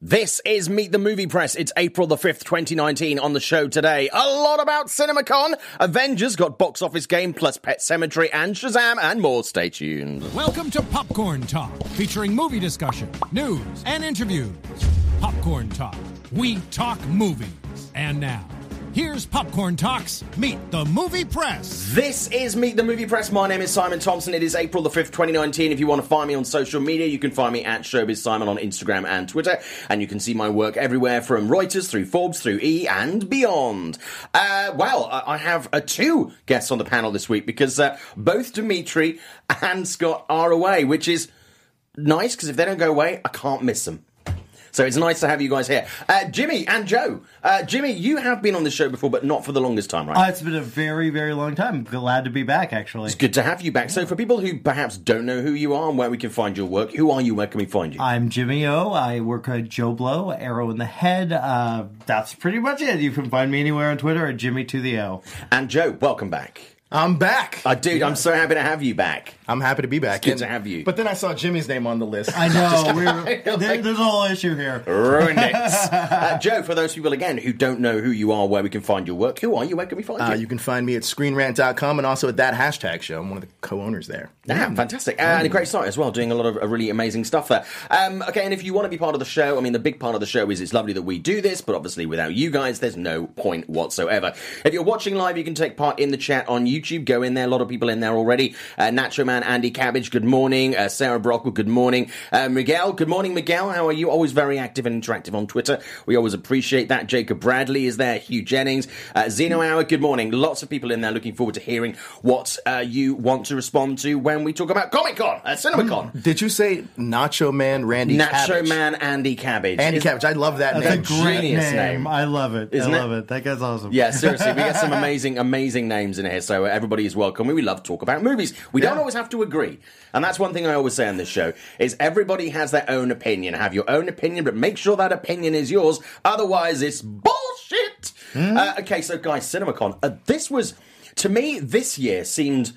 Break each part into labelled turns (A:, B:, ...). A: This is Meet the Movie Press. It's April the 5th, 2019 on the show today. A lot about CinemaCon. Avengers got box office game plus Pet Cemetery and Shazam and more. Stay tuned.
B: Welcome to Popcorn Talk, featuring movie discussion, news, and interviews. Popcorn Talk, we talk movies. And now, here's Popcorn Talk's Meet the Movie Press.
A: This is Meet the Movie Press. My name is Simon Thompson. It is April the 5th, 2019. If you want to find me on social media, you can find me at Showbiz Simon on Instagram and Twitter. And you can see my work everywhere from Reuters through Forbes through E and beyond. Uh, well, I I have uh, two guests on the panel this week because uh, both Dimitri and Scott are away, which is nice because if they don't go away, I can't miss them. So it's nice to have you guys here. Uh, Jimmy and Joe. Uh, Jimmy, you have been on the show before, but not for the longest time, right?
C: Uh, it's been a very, very long time. Glad to be back, actually.
A: It's good to have you back. So, for people who perhaps don't know who you are and where we can find your work, who are you? Where can we find you?
C: I'm Jimmy O. I work at Joe Blow, Arrow in the Head. Uh, that's pretty much it. You can find me anywhere on Twitter at Jimmy to the O.
A: and Joe, welcome back.
D: I'm back.
A: Uh, dude, I'm so happy to have you back.
D: I'm happy to be back.
A: good to have you.
D: But then I saw Jimmy's name on the list.
C: I know. We're, there, there's a whole issue here.
A: Ruined it. uh, Joe, for those people again who don't know who you are, where we can find your work, who are you? Where can we find
D: Uh,
A: you?
D: you can find me at screenrant.com and also at that hashtag show. I'm one of the co-owners there.
A: Yeah, fantastic. Uh, and a great site as well, doing a lot of uh, really amazing stuff there. Um, okay, and if you want to be part of the show, I mean, the big part of the show is it's lovely that we do this, but obviously without you guys, there's no point whatsoever. If you're watching live, you can take part in the chat on YouTube. Go in there. A lot of people in there already. Uh, Nacho Man, Andy Cabbage, good morning. Uh, Sarah Brockle, good morning. Uh, Miguel, good morning, Miguel. How are you? Always very active and interactive on Twitter. We always appreciate that. Jacob Bradley is there. Hugh Jennings, uh, Zeno Hour, good morning. Lots of people in there looking forward to hearing what uh, you want to respond to when we talk about Comic Con, uh, CinemaCon.
D: Did you say Nacho Man Randy
A: Nacho
D: Cabbage?
A: Man, Andy Cabbage.
D: Andy
A: Is-
D: Cabbage. I love that
C: That's a
D: name.
C: great name.
A: Genius name.
C: I love it.
A: Isn't
C: I
A: it?
C: love it? That guy's awesome.
A: Yeah, seriously, we get some amazing, amazing names in here. So uh, everybody is welcome. We love to talk about movies. We don't always have to agree, and that's one thing I always say on this show: is everybody has their own opinion. Have your own opinion, but make sure that opinion is yours. Otherwise, it's bullshit. Uh, okay, so guys, CinemaCon. Uh, this was, to me, this year seemed.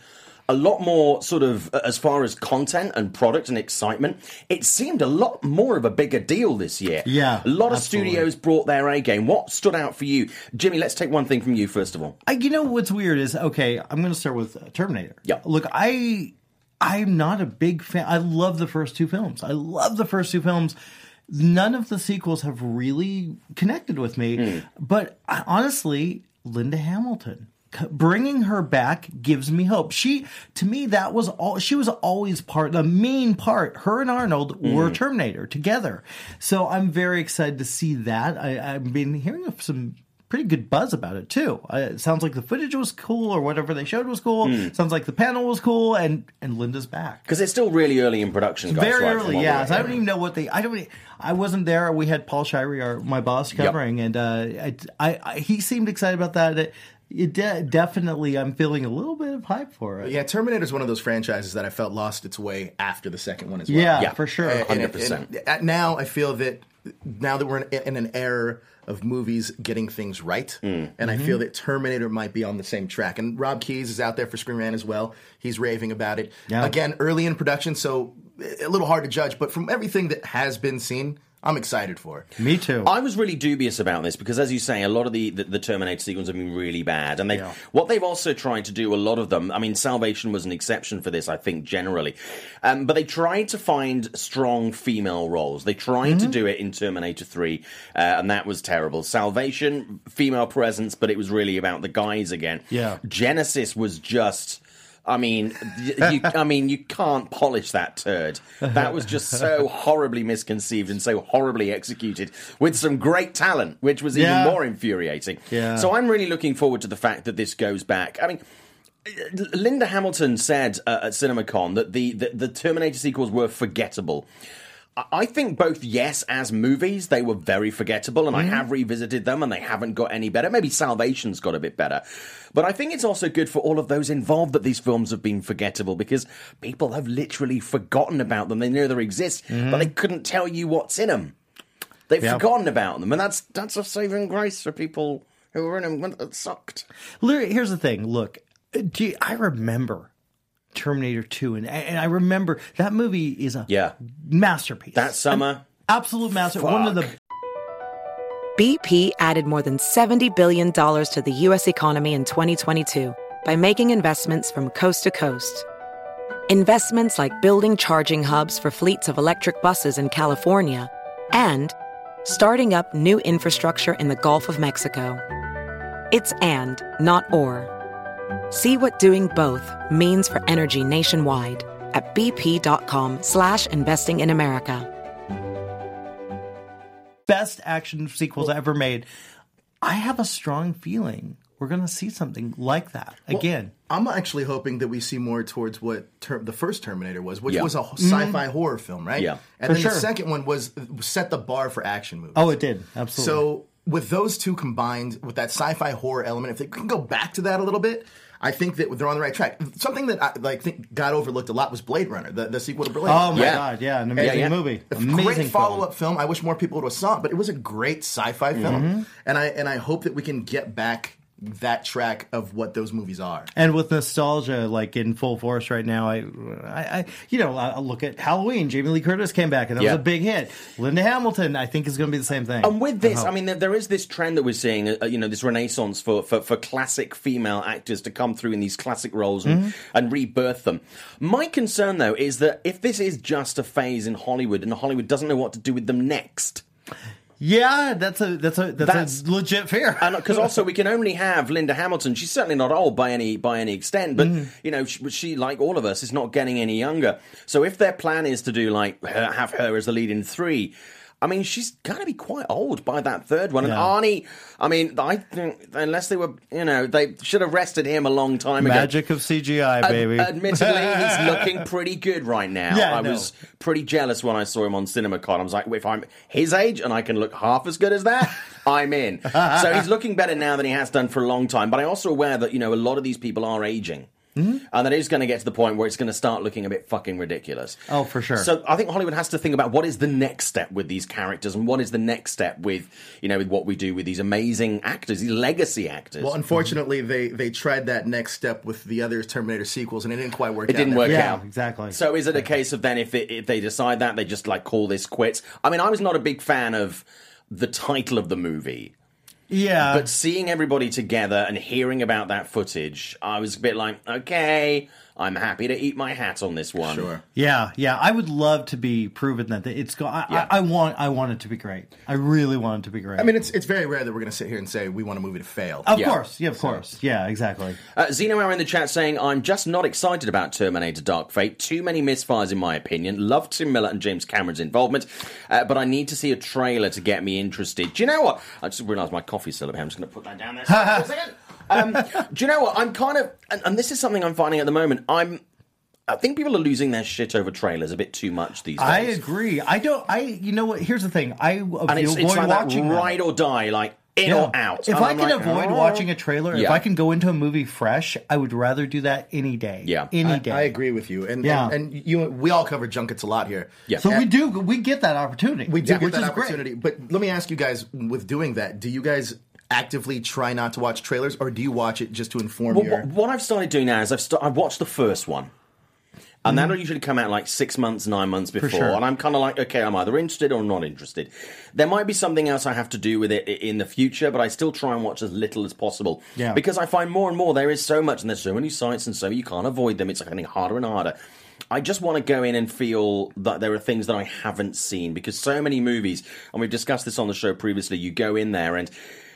A: A lot more sort of uh, as far as content and product and excitement, it seemed a lot more of a bigger deal this year.
C: Yeah,
A: a lot of
C: absolutely.
A: studios brought their A game. What stood out for you, Jimmy? Let's take one thing from you first of all.
C: I, you know what's weird is okay. I'm going to start with uh, Terminator.
A: Yeah.
C: Look, I I'm not a big fan. I love the first two films. I love the first two films. None of the sequels have really connected with me. But I, honestly, Linda Hamilton c- bringing her back gives me hope. She to me that was all. She was always part the main part. Her and Arnold were Terminator together. So I'm very excited to see that. I, I've been hearing of some pretty good buzz about it too. Uh, it sounds like the footage was cool, or whatever they showed was cool.
A: Hmm.
C: Sounds like the panel was cool, and and Linda's back.
A: Because it's still really early in production, guys.
C: Very
A: right, from
C: early,
A: what
C: yeah.
A: we're
C: So I don't
A: hearing.
C: even know what they. I don't. e- I wasn't there. We had Paul Shirey, our my boss, covering, and uh, I, I, I he seemed excited about that. It, it de- definitely, I'm feeling a little bit of hype for it.
D: Yeah, Terminator is one of those franchises that I felt lost its way after the second one as well.
C: yeah,
A: Yeah.
C: for sure.
D: And- and-
A: 100%.
D: and, uh, now I feel that now that we're in, in an era of movies getting things right,
C: Mm. Mm-hmm.
D: and I feel that Terminator might be on the same track. And Rob Keyes is out there for Screen Rant as well. He's raving about it.
C: Yeah.
D: Again, early in production, so a little hard to judge. But from everything that has been seen, I'm excited for. it.
C: Me too.
A: I was really dubious about this because, as you say, a lot of the, the, the Terminator sequels have been really bad, and they what they've also tried to do. A lot of them, I mean, Salvation was an exception for this, I think, generally. Um, but they tried to find strong female roles. They tried
C: Mm-hmm.
A: to do it in Terminator Three, uh, and that was terrible. Salvation, female presence, but it was really about the guys again.
C: Yeah.
A: Genesis was just. I mean, y- you, I mean, you can't polish that turd. That was just so horribly misconceived and so horribly executed with some great talent, which was even
C: Yeah.
A: more infuriating.
C: Yeah.
A: So I'm really looking forward to the fact that this goes back. I mean, Linda Hamilton said uh, at CinemaCon that the, the the Terminator sequels were forgettable. I- I think both yes, as movies, they were very forgettable, and I have revisited them, and they haven't got any better. Maybe Salvation's got a bit better, but I think it's also good for all of those involved that these films have been forgettable because people have literally forgotten about them. They know they exist, but they couldn't tell you what's in them. They've
C: Yeah.
A: forgotten about them, and that's that's a saving grace for people who were in them when it sucked.
C: Literally, here's the thing. Look, do you- I remember Terminator 2, and, and I remember that movie is a
A: Yeah,
C: masterpiece.
A: that summer.
C: absolute masterpiece. One of the
A: Fuck.
E: BP added more than $70 billion to the U.S. economy in 2022 by making investments from coast to coast. Investments like building charging hubs for fleets of electric buses in California and starting up new infrastructure in the Gulf of Mexico. It's and, not or. See what doing both means for energy nationwide at bp.com slash investing in America.
C: best action sequels ever made. I have a strong feeling we're going to see something like that again.
D: I'm actually hoping that we see more towards what ter- the first Terminator was, which
A: Yeah.
D: was a sci-fi horror film, right?
A: Yeah.
D: And
C: Mm-hmm. For
D: then the
C: sure.
D: second one was set the bar for action movies.
C: Oh, it did. Absolutely.
D: So with those two combined, with that sci-fi horror element, if they can go back to that a little bit, I think that they're on the right track. Something that I like think got overlooked a lot was Blade Runner, the, the sequel to Blade
C: oh,
D: Runner.
C: my
A: Yeah.
C: God. Yeah. An amazing
A: yeah.
C: movie.
D: A
C: Amazing
D: great
C: film.
D: follow-up film. I wish more people would have saw it, but it was a great sci-fi film, and I and I hope that we can get back that track of what those movies are.
C: And with nostalgia like in full force right now, I, I, I you know, I I look at Halloween. Jamie Lee Curtis came back, and that
A: Yeah.
C: was a big hit. Linda Hamilton, I think, is going to be the same thing.
A: And with this, I mean, there, there is this trend that we're seeing, uh, you know, this renaissance for, for, for classic female actors to come through in these classic roles and, and rebirth them. My concern, though, is that if this is just a phase in Hollywood and Hollywood doesn't know what to do with them next,
C: yeah, that's a that's a that's,
A: That's-
C: a legit fear.
A: and because also we can only have Linda Hamilton. She's certainly not old by any by any extent,
C: Mm-hmm.
A: but you know she, she like all of us is not getting any younger. So if their plan is to do like her, have her as the lead in three. I mean, she's going to be quite old by that third one.
C: Yeah.
A: And Arnie, I mean, I think unless they were, you know, they should have rested him a long time ago.
C: Magic of CGI,
A: Ad-
C: baby.
A: Admittedly, he's looking pretty good right now.
C: Yeah,
A: I
C: no.
A: was pretty jealous when I saw him on CinemaCon. I was like, if I'm his age and I can look half as good as that, I'm in. so he's looking better now than he has done for a long time. But I'm also aware that you know a lot of these people are aging.
C: Mm-hmm.
A: And that is going to get to the point where it's going to start looking a bit fucking ridiculous.
C: Oh, for sure.
A: So I think Hollywood has to think about what is the next step with these characters, and what is the next step with you know with what we do with these amazing actors, these legacy actors.
D: Well, unfortunately, they they tried that next step with the other Terminator sequels, and it didn't quite work.
A: It
D: out
A: didn't
D: that
A: work
D: way.
C: Yeah,
A: out.
C: exactly.
A: So is it a case of then if, it, if they decide that they just like call this quits? I mean, I was not a big fan of the title of the movie,
D: Uh.
C: yeah,
A: but seeing everybody together and hearing about that footage, I was a bit like, okay, I'm happy to eat my hat on this one.
D: Sure.
C: yeah, yeah. I would love to be proven that it's. Go- I,
A: Yeah.
C: I, I want. I want it to be great. I really want it to be great.
D: I mean, it's it's very rare that we're going to sit here and say we want a movie to fail.
C: of
A: Yeah.
C: course, yeah, of course, yeah, exactly.
A: Uh, Zeno Hour in the chat saying, I'm just not excited about Terminator Dark Fate. Too many misfires, in my opinion. Love Tim Miller and James Cameron's involvement, uh, but I need to see a trailer to get me interested. Do you know what? I just realised my coffee's still up here. I'm just going to put that down there. For a second. Um, do you know what? I'm kind of, and, and this is something I'm finding at the moment, I'm. I think people are losing their shit over trailers a bit too much these days.
C: I agree. I don't. I. You know what? Here's the thing. I avoid
A: And it's, it's like that
C: watching them.
A: ride or die, like in
C: Yeah.
A: or out.
C: If
A: And
C: I
A: I'm
C: can
A: like,
C: avoid
A: "Oh."
C: watching a trailer, if
A: Yeah.
C: I can go into a movie fresh, I would rather do that any day.
A: Yeah.
C: any
D: I,
C: day.
D: I agree with you, and
C: Yeah.
D: and, and you we all cover junkets a lot here.
A: Yeah.
C: So we do. We get that opportunity.
D: we do
C: which
D: get that
C: is great.
D: opportunity. But let me ask you guys: with doing that, do you guys actively try not to watch trailers, or do you watch it just to inform
A: Well,
D: your?
A: what, what I've started doing now is I've st- I've watched the first one, and that'll usually come out like six months, nine months before,
C: Mm-hmm. sure.
A: and I'm kind of like, okay, I'm either interested or not interested. There might be something else I have to do with it i- in the future, but I still try and watch as little as possible.
C: Yeah.
A: because I find more and more there is so much, and there's so many sites, and so you can't avoid them. It's getting harder and harder. I just want to go in and feel that there are things that I haven't seen because so many movies, and we've discussed this on the show previously. You go in there and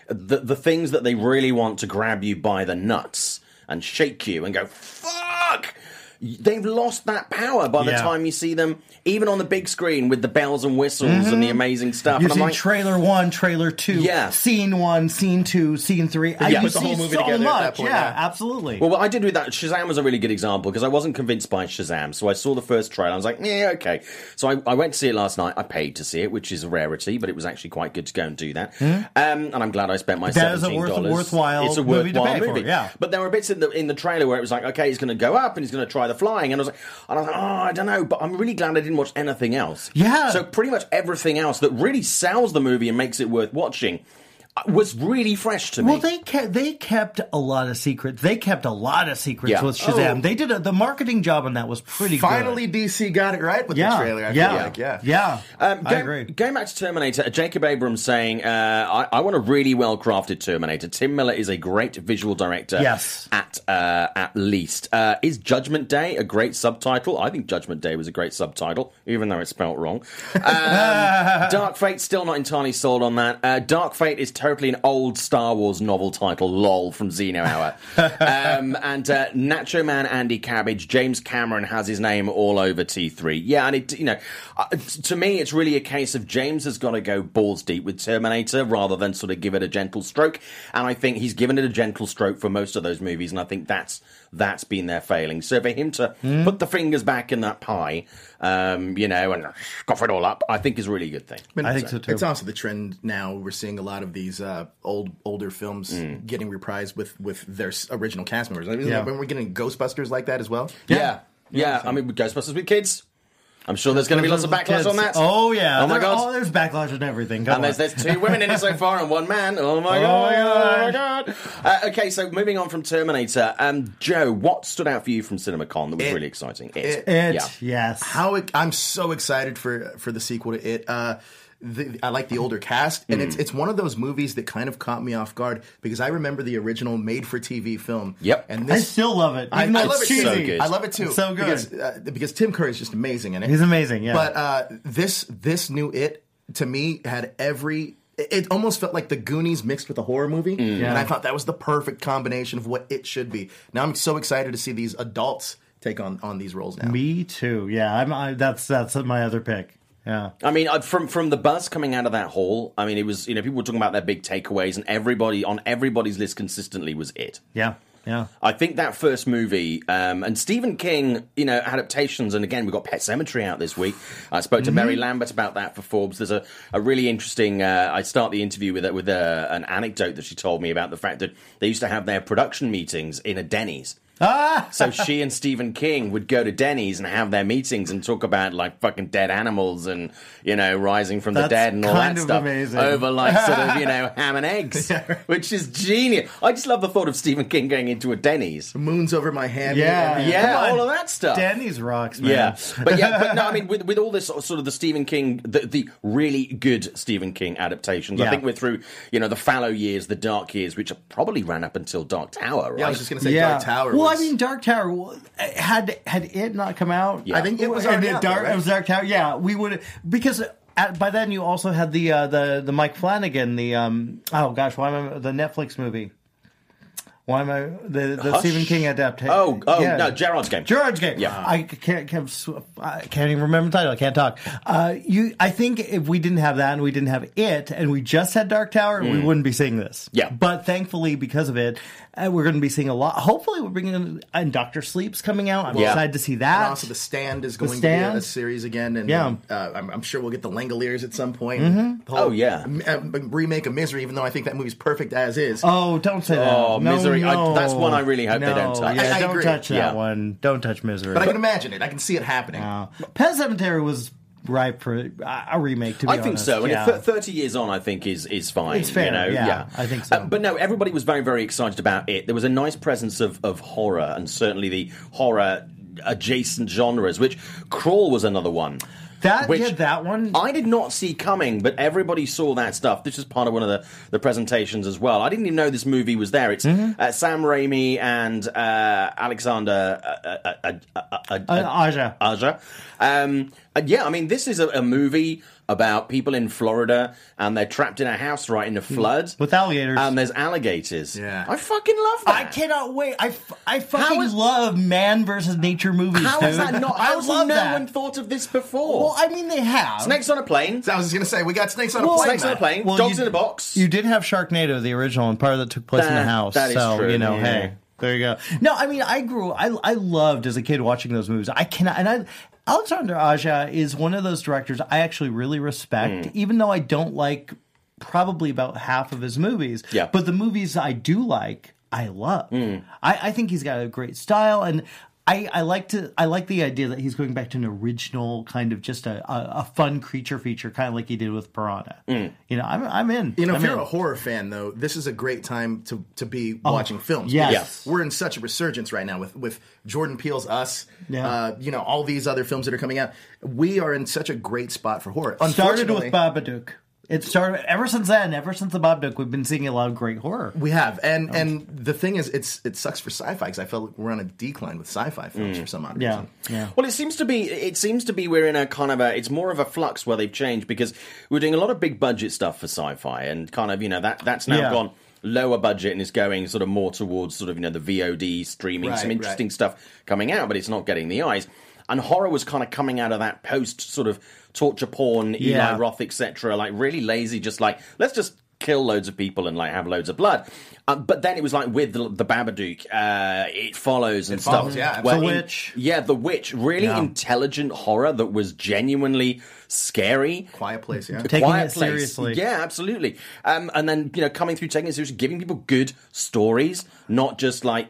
A: the the things that they really want to grab you by the nuts and shake you and go fuck they've lost that power by the
C: Yeah.
A: time you see them, even on the big screen with the bells and whistles and the amazing stuff.
C: Mm-hmm. You
A: and
C: see
A: I'm like,
C: trailer one, trailer two,
A: Yeah.
C: scene one, scene two, scene three. I
D: Yeah,
C: you
D: put the
C: see
D: whole movie
C: so
D: together at
C: much.
D: that point,
C: yeah,
D: yeah.
C: absolutely.
A: Well, what I did with that, Shazam was a really good example because I wasn't convinced by Shazam. So I saw the first trailer. I was like, yeah, okay. So I, I went to see it last night. I paid to see it, which is a rarity, but it was actually quite good to go and do that. Um, and I'm glad I spent my
C: Hmm? That
A: $17.
C: is a worth- worthwhile
A: it's a
C: movie to
A: worthwhile
C: pay for,
A: movie.
C: yeah.
A: But there were bits in the in the trailer where it was like, okay, he's going to go up and he's going to try the flying. And I was like, and I was like, oh, I don't know. But I'm really glad I didn't watch anything else.
C: Yeah.
A: So pretty much everything else that really sells the movie and makes it worth watching uh, was really fresh to me.
C: Well, they kept they kept a lot of secrets. They kept a lot of secrets
A: Yeah.
C: with Shazam.
D: Oh.
C: They did a, the marketing job on that was pretty
D: Finally,
C: good.
D: DC got it right with
C: yeah,
D: the trailer. I
C: yeah,
D: feel like, yeah,
C: yeah.
A: Um,
C: I
A: going,
C: agree.
A: going back to Terminator, Jacob Abrams saying, uh, I, I want a really well crafted Terminator. Tim Miller is a great visual director.
C: Yes.
A: At, uh, at least. Uh, is Judgment Day a great subtitle? I think Judgment Day was a great subtitle, even though it's spelt wrong. Um, Dark Fate, still not entirely sold on that. Uh, Dark Fate is totally an old Star Wars novel title, lol, from Xeno Hour. um, and uh, Nacho Man Andy Cabbage, James Cameron has his name all over T3. Yeah, and it, you know, uh, to me, it's really a case of James has got to go balls deep with Terminator rather than sort of give it a gentle stroke. And I think he's given it a gentle stroke for most of those movies, and I think that's that's been their failing. So for him to
C: Hmm?
A: put the fingers back in that pie, um, you know, and cough it all up, I think is a really good thing.
D: mean,
C: I think
D: it's-
C: so, too.
D: It's also the trend now. We're seeing a lot of these uh, old, older films getting reprised with with their s- original cast members. I mean,
C: Yeah.
D: when we're getting Ghostbusters like that as well.
A: Yeah. Yeah. I mean, with Ghostbusters with kids. I'm sure there's going to be lots of backlash
C: Kids.
A: on that.
C: Oh
A: Oh,
C: yeah.
A: my
C: There-
A: God.
C: Oh, there's backlash and everything. Come
A: And
C: on.
A: there's, there's two women in it so far and one man. Oh my
C: Oh,
A: god! Oh my
C: my
A: god! Uh, okay, so moving on from Terminator, um, Joe, what stood out for you from CinemaCon that was really exciting? It.
C: it.
A: Yeah.
C: Yes.
D: How it, I'm so excited for for the sequel to it. Uh, the, I like the older cast, and
A: Mm.
D: it's it's one of those movies that kind of caught me off guard because I remember the original made-for-TV film.
A: Yep.
D: and
C: I
D: this
C: still love it.
D: I,
C: even
D: I
C: though
D: love
C: it's
D: it
C: cheesy.
D: too.
A: so good.
D: I love it too.
C: It's so good.
D: because, uh, because Tim Curry is just amazing in it.
C: He's amazing, yeah.
D: But uh, this this new it to me had every. It it almost felt like the Goonies mixed with a horror movie,
A: Mm.
D: and I thought that was the perfect combination of what it should be. Now I'm so excited to see these adults take on on these roles now.
C: Me too. Yeah. I'm. I, that's that's my other pick. Yeah.
A: I mean, uh, from from the buzz coming out of that hall, I mean, it was you know people were talking about their big takeaways, and everybody on everybody's list consistently was it.
C: Yeah. Yeah.
A: I think that first movie, um, and Stephen King, you know, adaptations, and again, we've got Pet Cemetery out this week. I spoke to Mary
C: Mm-hmm.
A: Lambert about that for Forbes. There's a, a really interesting, uh, I start the interview with, a- with a, an anecdote that she told me about the fact that they used to have their production meetings in a Denny's.
C: Ah.
A: So she and Stephen King would go to Denny's and have their meetings and talk about like fucking dead animals and you know rising from the
C: That's
A: dead and all
C: kind
A: that
C: of
A: stuff
C: amazing.
A: over like sort of you know ham and eggs, which is genius. I just love the thought of Stephen King going into a Denny's.
D: Moons over my hand.
C: Yeah.
D: And-
A: Yeah,
C: Come on.
A: all of that stuff.
C: Danny's rocks, man.
A: Yeah, but yeah, but no, I mean, with, with all this sort of the Stephen King, the, the really good Stephen King adaptations, I
C: Yeah.
A: think we're through, you know, the fallow years, the dark years, which probably ran up until Dark Tower, right?
D: Yeah, I was just gonna say Dark Tower.
C: Well,
D: was-
C: I mean, Dark Tower w- had had it not come out.
A: Yeah. I think
D: it was
C: and
D: already
C: it
D: out
C: Dark,
D: there, right?
C: It was Dark Tower. Yeah, we would because at, by then you also had the uh, the the Mike Flanagan the um oh gosh why am I the Netflix movie. Why am I the, the
A: Hush?
C: Stephen King adaptation?
A: Oh, oh no, Gerard's game.
C: Gerard's game.
A: Yeah.
C: I can't, can't sw- I can't even remember the title. I can't talk. Uh, you, I think if we didn't have that and we didn't have it and we just had Dark Tower, we wouldn't be seeing
A: Mm.
C: this.
A: Yeah.
C: But thankfully, because of it, uh, we're going to be seeing a lot. Hopefully, we're bringing and Doctor Sleep's coming out. I'm
A: Yeah.
C: excited to see
D: And
C: that.
D: also, The Stand is going to be a- a,
C: Stand?
D: series again, and
C: Yeah. Mm-hmm.
D: uh, I'm, I'm sure we'll get the Langoliers at some point. The
A: Oh, yeah.
D: m- uh, remake of Misery, even though I think that movie's perfect as is.
C: oh, don't say that.
A: Oh,
C: No,
A: Misery. I-
C: no.
A: that's one I really hope they
C: No.
A: don't touch.
C: Yeah,
D: I- I
C: don't
D: agree.
C: touch that
A: Yeah.
C: one. Don't touch Misery.
D: but I can imagine it. I can see it happening.
C: Pet Cemetery was ripe for a a remake. To be
A: I think
C: honest.
A: so, and
C: Yeah.
A: if th- thirty years on, I think is is fine.
C: It's fair,
A: you know?
C: yeah, I think so.
A: Uh, but no, everybody was very very excited about it. There was a nice presence of of horror, and certainly the horror adjacent genres. Which Crawl was another one.
C: that
A: which
C: yeah, that one.
A: I did not see coming, but everybody saw that stuff. This is part of one of the, the presentations as well. I didn't even know this movie was there. It's
C: Mm-hmm.
A: uh, Sam Raimi and uh, Alexander uh, uh, uh, uh, uh,
C: Uh, Aja.
A: Aja. Um, and yeah, I mean, this is a, a movie about people in Florida and they're trapped in a house right in a flood
C: Hmm. With alligators.
A: and there's alligators.
D: Yeah.
A: I fucking love that.
C: I cannot wait. I, f- I fucking
A: is-
C: love man versus nature movies.
A: How
C: dude.
A: is that not?
C: I
A: How has
C: love
A: no
C: that.
A: one thought of this before?
C: well, I mean, they have.
A: snakes on a plane.
D: So I was just gonna say we got snakes on
A: Well,
D: a plane.
A: snakes on a
D: Matt.
A: plane.
C: Well,
A: dogs
C: you-
A: in a box.
C: You did have Sharknado, the original, and part of that took place in
A: That-
C: the house.
A: that is
C: so
A: true,
C: you know,
A: yeah.
C: hey, there you go. No, I mean, I grew. I I loved as a kid watching those movies. I cannot, and I. Alexander Aja is one of those directors I actually really respect, even though I don't like probably about half of his movies.
A: Yeah.
C: But the movies I do like, I love. I, I think he's got a great style and I, I like to I like the idea that he's going back to an original kind of just a, a, a fun creature feature, kind of like he did with Piranha. You know, I'm I'm in.
D: You know,
C: I'm
D: if you're
C: in.
D: a horror fan, though, this is a great time to to be watching films.
C: Oh, yes.
D: because we're in such a resurgence right now with with Jordan Peele's Us.
C: Yeah.
D: Uh, you know, all these other films that are coming out. We are in such a great spot for horror.
C: started
D: Unfortunately,
C: with Babadook. It started ever since then. Ever since the Babadook, we've been seeing a lot of great horror.
D: we have, and
A: Oh.
D: and the thing is, it's it sucks for sci-fi because I feel like we're on a decline with sci-fi films
A: Mm.
D: for some odd
C: Yeah,
D: reason.
C: yeah.
A: Well, it seems to be. It seems to be we're in a kind of a. It's more of a flux where they've changed because we're doing a lot of big budget stuff for sci-fi and kind of you know that that's now
C: Yeah.
A: gone lower budget and is going sort of more towards sort of you know the VOD streaming,
D: Right,
A: some
D: right.
A: interesting stuff coming out, but it's not getting the eyes. And horror was kind of coming out of that post sort of torture porn, Eli
C: Yeah.
A: Roth, etc. Like really lazy, just like let's just kill loads of people and like have loads of blood. Uh, but then it was like with the, the Babadook, uh, it follows and stuff.
D: Follows, yeah,
A: where
D: absolutely.
A: in-
C: The Witch.
A: yeah, The Witch. Really
C: Yeah.
A: intelligent horror that was genuinely scary.
D: Quiet Place. Yeah,
C: Taking
A: Quiet
C: it
A: Place.
C: seriously.
A: Yeah, absolutely. Um, and then, you know, coming through, taking it seriously, giving people good stories, not just like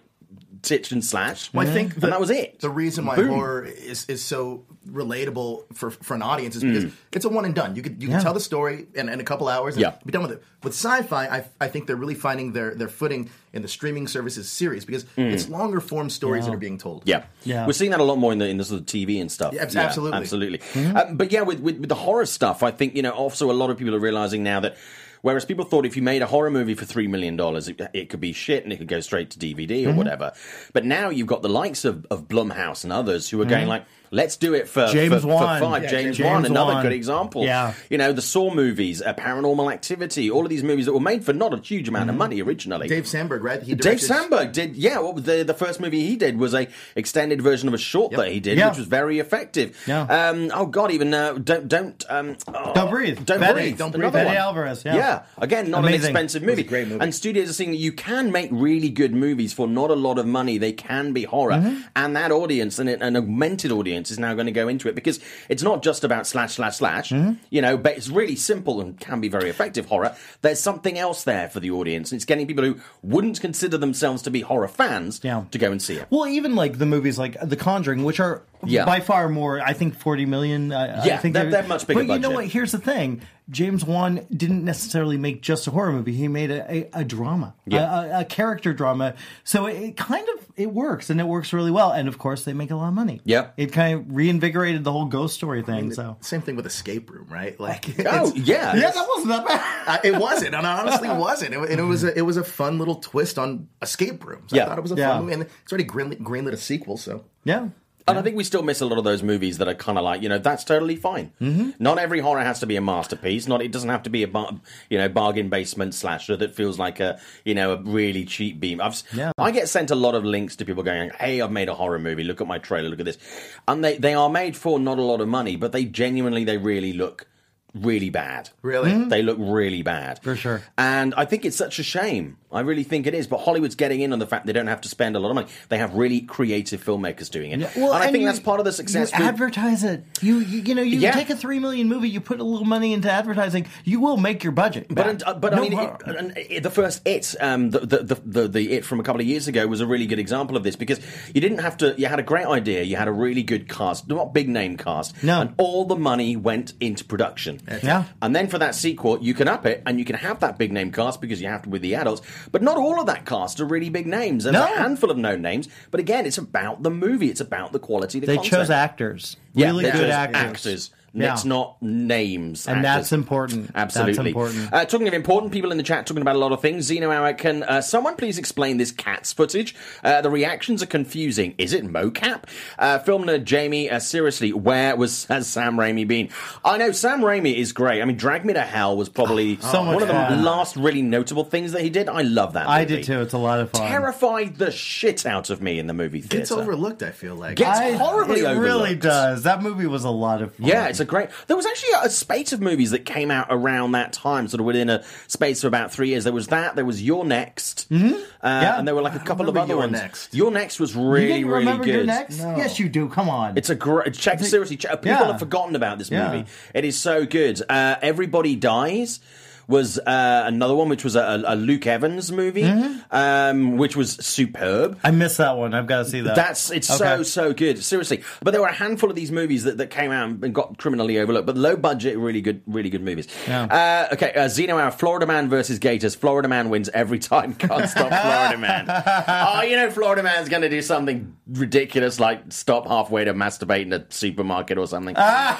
A: titch and slash.
D: Well, I think
A: and that was it.
D: The reason why
A: Boom.
D: horror is, is so relatable for, for an audience is
A: Mm.
D: because it's a one and done. You could you can
C: Yeah.
D: tell the story in, in a couple hours and
A: Yeah.
D: be done with it. With sci-fi, I, I think they're really finding their, their footing in the streaming services series because it's longer form stories that are being told.
A: Mm. Yeah.
C: Yeah.
A: We're seeing that a lot more in the in the sort of TV and stuff.
D: Yeah, abs- absolutely.
A: Absolutely.
C: Mm-hmm.
A: Um, but yeah, with, with with the horror stuff, I think, you know, also a lot of people are realizing now that whereas people thought if you made a horror movie for 3 million dollars it, it could be shit and it could go straight to DVD or
C: Mm-hmm.
A: whatever. But now you've got the likes of, of Blumhouse and others who are going like let's do it for
C: Mm-hmm. James
A: for- for,
C: Wan.
A: five
C: Yeah,
A: James,
C: James
A: Wan another
C: Wan.
A: good example.
C: Yeah.
A: You know, the Saw movies, uh, Paranormal Activity, all of these movies that were made for not a huge amount
C: Mm-hmm.
A: of money originally.
D: Dave Sandberg, right? He
A: Dave
D: directed-
A: Sandberg did, yeah. What was the the first movie he did was a extended version of a short that he did,
C: Yeah.
A: which was very effective.
C: Yeah.
A: Um, oh God, even uh, don't don't um, oh,
C: Don't Breathe.
A: don't
C: Betty.
A: breathe,
D: Don't
A: another
D: Breathe.
A: one.
C: Betty Alvarez, yeah.
A: Again, not an
C: Amazing.
A: expensive
D: It was a
A: movie.
D: great movie.
A: And studios are seeing that you can make really good movies for not a lot of money. They can be horror,
C: Mm-hmm.
A: and that audience and an augmented audience is now going to go into it because it's not just about slash slash slash.
C: Mm-hmm.
A: You know, but it's really simple and can be very effective horror. There's something else there for the audience, and it's getting people who wouldn't consider themselves to be horror fans
C: Yeah.
A: to go and see it.
C: Well, even like the movies like The Conjuring, which are
A: Yeah.
C: by far more, I think forty million. I,
A: Yeah,
C: I think
A: they're- they're much bigger
C: But you know
A: budget.
C: what? Here's the thing: James Wan didn't necessarily make just a horror movie; he made a, a, a drama,
A: Yeah.
C: a, a, a character drama. So it, it kind of it works, and it works really well. And of course, they make a lot of money.
A: Yeah.
C: it kind of reinvigorated the whole ghost story thing. So
D: Same thing with Escape Room, right? Like,
A: Oh
D: it's-
A: yeah,
C: yeah, that wasn't that bad.
D: I, Uh, it wasn't, and I honestly wasn't. It, wa- and it was a, it was a fun little twist on Escape Rooms.
A: Yeah.
D: I thought it was a
C: Yeah.
D: fun movie, and it's already greenlit, greenlit a sequel. So
C: Yeah.
A: And I think we still miss a lot of those movies that are kind of like, you know, that's totally fine. Mm-hmm. Not every horror has to be a masterpiece. Not it doesn't have to be a bar, you know bargain basement slasher that feels like a you know a really cheap beam. I've,
C: Yeah.
A: I get sent a lot of links to people going, "Hey, I've made a horror movie. Look at my trailer. Look at this." And they they are made for not a lot of money, but they genuinely they really look really bad. Mm-hmm.
D: Really? Mhm.
A: they look really bad
C: Mm-hmm. For sure.
A: and I think it's such a shame. I really think it is. But Hollywood's getting in on the fact they don't have to spend a lot of money. They have really creative filmmakers doing it. and I think
C: you-
A: that's part of the success.
C: You
A: with-
C: advertise it. You, you you know you
A: Yeah.
C: take a three million movie, you put a little money into advertising, you will make your budget.
A: but
C: back.
A: uh, but I
C: No
A: mean,
C: harm.
A: it, and it- the first it, um, the, the, the the the it from a couple of years ago was a really good example of this because you didn't have to. You had a great idea. You had a really good cast, not big name cast,
C: No.
A: and all the money went into production.
C: Yeah.
A: And then for that sequel, you can up it and you can have that big name cast because you have to with the adults. But not all of that cast are really big names. There's
C: No.
A: a handful of known names. But again, it's about the movie. It's about the quality. The
C: They
A: content.
C: chose actors,
A: Yeah,
C: really
A: they
C: good
A: chose
C: actors.
A: actors.
C: Yeah.
A: It's not names.
C: And
A: actors.
C: that's important. That's
A: Absolutely.
C: important.
A: Uh, talking of important people in the chat, talking about a lot of things. Zeno Hour, can uh, someone please explain this cat's footage? Uh, the reactions are confusing. Is it mocap? Uh, film nerd Jamie, uh, seriously, where was has Sam Raimi been? I know Sam Raimi is great. I mean, Drag Me to Hell was probably
C: so much
A: one of the
C: fun.
A: last really notable things that he did. I love that.
C: I
A: movie.
C: did too. It's a lot of fun.
A: Terrified the shit out of me in the movie theater.
D: Gets overlooked, I feel like.
A: Gets-
C: I-
A: horribly
C: It really
A: overlooked.
C: does. That movie was a lot of fun.
A: Yeah, it's a great. There was actually a, a spate of movies that came out around that time, sort of within a space of about three years. There was that. There was Your Next, mm-hmm. uh,
C: Yeah.
A: and there were like a couple of
D: remember
A: other
D: Your
A: ones.
D: Next.
A: Your Next was
C: you
A: really,
C: didn't
A: really
C: remember
A: good.
C: your next? Yes, you do. Come on.
A: It's a great check. Seriously, check, people
C: yeah.
A: have forgotten about this
C: Yeah.
A: movie. It is so good. Uh, Everybody Dies was uh, another one, which was a, a Luke Evans movie,
C: Mm-hmm.
A: um, which was superb.
C: I missed that one. I've got to see that.
A: That's it's so
C: Okay.
A: so good. Seriously, but there were a handful of these movies that, that came out and got criminally overlooked. But low budget, really good, really good movies.
C: Yeah.
A: Uh, okay, uh, Zeno Hour, Florida Man versus Gators. Florida Man wins every time. Can't stop Florida Man. oh, you know Florida Man's going to do something ridiculous like stop halfway to masturbate in a supermarket or something.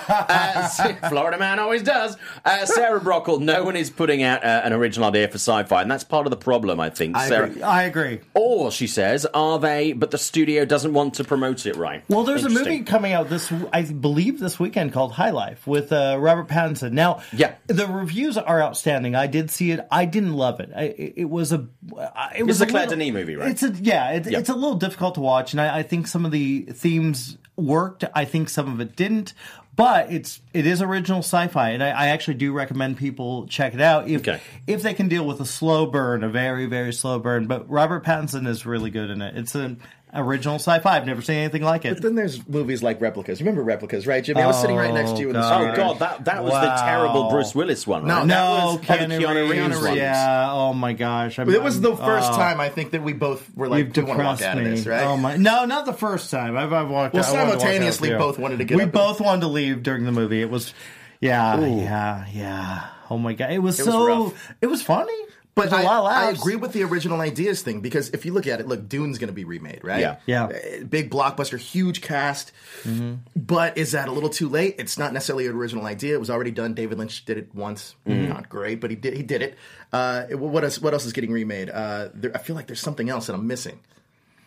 A: Uh, so- Florida Man always does. Uh, Sarah Brockle. No one is putting out uh, an original idea for sci-fi, and that's part of the problem, I think.
D: I
A: Sarah.
D: agree.
C: I agree.
A: Or she says, are they? But the studio doesn't want to promote it, right?
C: Well, there's a
A: Interesting.
C: movie coming out this, I believe, this weekend called High Life with uh, Robert Pattinson. Now,
A: Yeah.
C: the reviews are outstanding. I did see it. I didn't love it. I, it it was a, I- it was
A: a Claire
C: little-
A: Denis movie, right?
C: It's a, yeah, it,
A: Yeah.
C: it's a little difficult to watch, and I, I think some of the themes worked. I think some of it didn't. But it's it is original sci-fi, and I, I actually do recommend people check it out if
A: Okay.
C: if they can deal with a slow burn, a very very slow burn. But Robert Pattinson is really good in it. It's an original sci-fi. I've never seen anything like it.
D: But then there's movies like Replicas. You remember Replicas, right, Jimmy? I was sitting right next to you in the
C: God.
A: Oh
D: studio.
A: god, that that was the
C: Wow.
A: terrible Bruce Willis one.
D: No,
A: Right?
D: that
C: No,
D: was-
C: Keanu,
A: Keanu
C: Reeves.
A: Reeves ones.
C: Yeah. Oh my gosh. I'm,
D: It was
C: I'm-
D: the first
C: oh,
D: time I think that we both were
C: You've
D: like, we want to walk
C: depressed
D: out
C: me.
D: of this, right?
C: Oh my! No, not the first time. I've, I've walked.
D: Well,
C: I wanted to walk out
D: simultaneously
C: too.
D: both wanted to get
C: We
D: up and-
C: both wanted to leave during the movie. It was, yeah, yeah, yeah. Oh my god! It was
D: It was
C: so.
D: rough.
C: it was funny.
D: But
C: There's a
D: I,
C: lot of
D: I
C: laughs.
D: agree with the original ideas thing because if you look at it, look, Dune's going to be remade, right?
A: Yeah.
C: Yeah. Mm-hmm.
D: Uh, Big blockbuster, huge cast. But is that a little too late? It's not necessarily an original idea. It was already done. David Lynch did it once.
C: Mm-hmm.
D: Not great, but he did. He did it. Uh, it- what else? What else is getting remade? Uh, there, I feel like there's something else that I'm missing.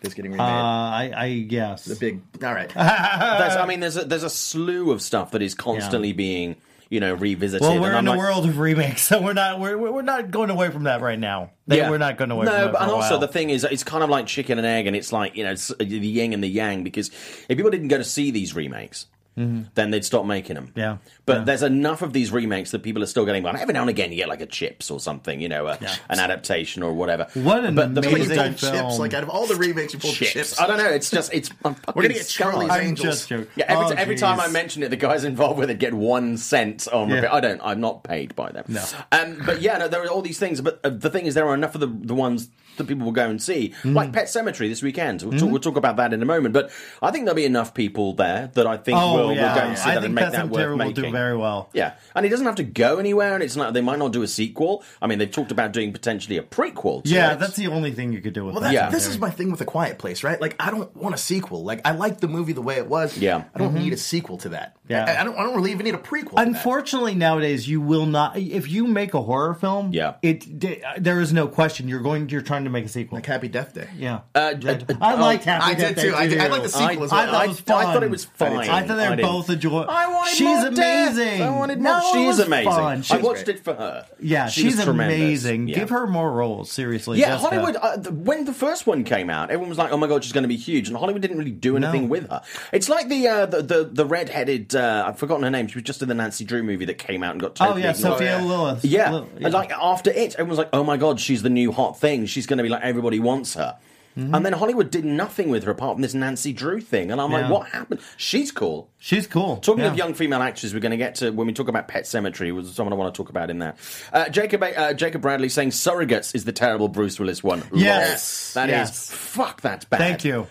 D: That's getting remade.
C: Uh, I, I yes.
D: the big. All right.
A: There's- I mean, there's a, there's a slew of stuff that is constantly being you know revisited.
C: well,
A: and
C: we're
A: I'm
C: in the
A: like-
C: world of remakes, so we're not we're, we're not going away from that right now. They- We're not going away.
A: No,
C: from that
A: but
C: for
A: and
C: a
A: also
C: while.
A: the thing is, it's kind of like chicken and egg, and it's like you know it's the yin and the yang. Because if people didn't go to see these remakes, then they'd stop making them.
C: Mm-hmm. Yeah.
A: but there's enough of these remakes that people are still getting. Well, every now and again, you get like a chips or something, you know, a, an adaptation or whatever.
C: What an
A: but the
C: amazing
A: people don't
C: film.
D: chips. Like out of all the remakes, you pulled
A: chips.
D: chips.
A: I don't know. It's just it's. I'm
D: We're gonna
A: fucking
D: get Charlie's
A: scarred.
C: I'm
D: Angels.
C: just joking.
A: Yeah, every,
C: Oh,
A: t- every time I
C: jeez.
A: mention it, the guys involved with it get one cent on
C: Yeah.
A: repeat. I don't. I'm not paid by them. No. Um, but yeah, no, there are all these things. But uh, the thing is, there are enough of the, the ones that people will go and see,
C: Mm.
A: like Pet Cemetery this weekend. We'll, talk, we'll talk about that in a moment. But I think there'll be enough people there that I think will,
C: Oh
A: will
C: yeah,
A: go and see
C: I
A: that and
C: think
A: make
C: Pet
A: that worth
C: Sematary will
A: making.
C: do very well.
A: Yeah, and it doesn't have to go anywhere, and it's not. They might not do a sequel. I mean, they've talked about doing potentially a prequel. To
C: Yeah,
A: it.
C: that's the only thing you could do with
D: Well,
C: that.
D: that's,
A: Yeah.
D: this is my thing with A Quiet Place, right? Like, I don't want a sequel. Like, I like the movie the way it was.
A: Yeah.
D: I don't need a sequel to that.
C: Mm-hmm. Yeah.
D: I, I don't. I don't really even need a prequel. to that.
C: Unfortunately, nowadays you will not. If you make a horror film,
A: Yeah.
C: it d- there is no question you're going. You're trying to make a sequel.
D: like Happy Death Day.
C: yeah,
A: Uh,
C: Yeah.
A: uh,
C: I
A: uh,
C: liked Happy
D: I
C: Death
D: did
C: Day
D: too. I did- I
C: too.
D: liked the
A: I,
D: sequel as
A: I,
D: well.
C: I thought it
A: I
C: was fun.
A: thought it was
C: I
A: fun.
C: I thought they were
A: didn't.
C: both a joy.
A: I wanted
C: She's
A: more death.
C: amazing.
A: I wanted
C: No,
A: more.
C: it
A: She's
C: was
A: amazing.
C: fun. She
A: I
C: was
A: watched
D: great.
A: it for her.
C: yeah,
A: She
C: she's
A: was tremendous.
C: amazing.
A: Yeah.
C: Give her more roles, seriously.
A: Yeah,
C: Jessica.
A: Hollywood. Uh, the, when the first one came out, everyone was like, "Oh my god, she's going to be huge," and Hollywood didn't really do anything with her. It's like the uh, the the, the redheaded. Uh, I've forgotten her name. She was just in the Nancy Drew movie that came out and got.
C: Oh
A: Totally
C: yeah,
A: ignored.
C: Sophia Lillis.
A: Yeah.
C: Lil-
A: And like after it, everyone's like, oh my God, she's the new hot thing. She's going to be like, everybody wants her.
C: Mm-hmm.
A: And then Hollywood did nothing with her apart from this Nancy Drew thing. And I'm like,
C: Yeah.
A: what happened? She's cool.
C: she's cool.
A: Talking
C: yeah.
A: of young female actors, we're going to get to when we talk about Pet Cemetery, was someone I want to talk about in there. Uh, Jacob uh, Jacob Bradley saying Surrogates is the terrible Bruce Willis one. Lol.
C: Yes.
A: that is
C: Yes.
A: fuck that's bad.
C: Thank you.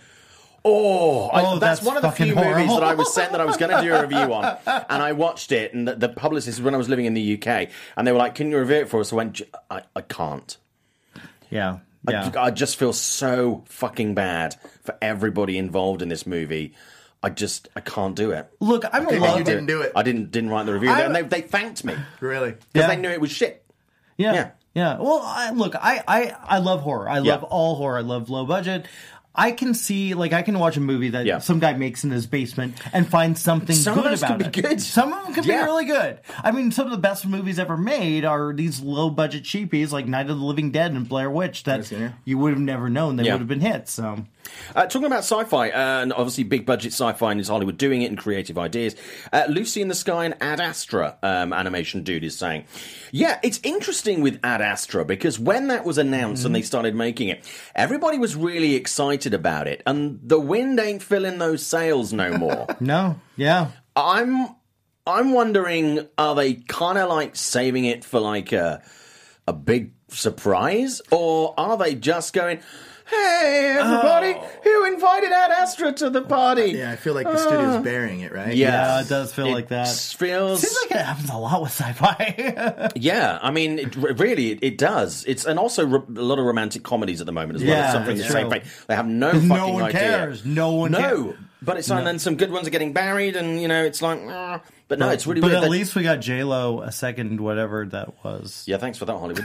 A: Oh, I-
C: Oh,
A: that's,
C: that's
A: one of the
C: fucking
A: few
C: horrible.
A: movies that I was sent that I was going to do a review on, and I watched it. And the, the publicist when I was living in the UK, and they were like, "Can you review it for us?" I went, "J- "I, I can't."
C: Yeah,
A: I-
C: yeah.
A: I, just feel so fucking bad for everybody involved in this movie. I just I can't do it.
C: Look, I'm a
D: you
C: love.
D: didn't do it.
A: I didn't didn't write the review,
C: I-
A: and they, they thanked me because
D: Really?
C: Yeah.
A: they knew it was shit.
C: Yeah.
A: Yeah.
C: Yeah. Well, I, look, I, I, I love horror. I love
A: Yeah.
C: all horror. I love low budget. I can see, like, I can watch a movie that
A: Yeah.
C: some guy makes in his basement and find something
A: Some of
C: good
A: those
C: about
A: could be
C: it.
A: good.
C: Some of them can
A: Yeah.
C: be really good. I mean, some of the best movies ever made are these low budget cheapies like Night of the Living Dead and Blair Witch that
D: seen it.
C: you would have never known they
A: Yeah.
C: would have been hits. So,
A: Uh, talking about sci-fi, uh, and obviously big budget sci-fi and is Hollywood doing it and creative ideas. Uh, Lucy in the Sky and Ad Astra um, animation dude is saying, yeah, it's interesting with Ad Astra because when that was announced and they started making it, everybody was really excited about it, and the wind ain't filling those sails no more.
C: no. Yeah.
A: I'm I'm wondering, are they kind of like saving it for like a a big surprise, or are they just going? Hey everybody!
C: Oh.
A: Who invited Ad Astra to the party?
D: Yeah, I feel like the
C: Uh.
D: studio's burying it, right?
C: Yeah, it does feel like that.
A: Feels
C: Seems like it happens a lot with sci fi.
A: yeah. I mean, it, re- really, it, it does. It's and also ro- a lot of romantic comedies at the moment as well.
C: Yeah,
A: It's suffering the
C: that's
A: same
C: true.
A: fate. They have no
C: 'Cause
A: fucking
C: no one
A: idea.
C: cares. No one
A: No,
C: cares.
A: but it's and then some good ones are getting buried, and you know, it's like, ah. but no, it's really.
C: but
A: weird
C: at
A: that-
C: least we got J Lo a second, whatever that was.
A: yeah. Thanks for that, Hollywood.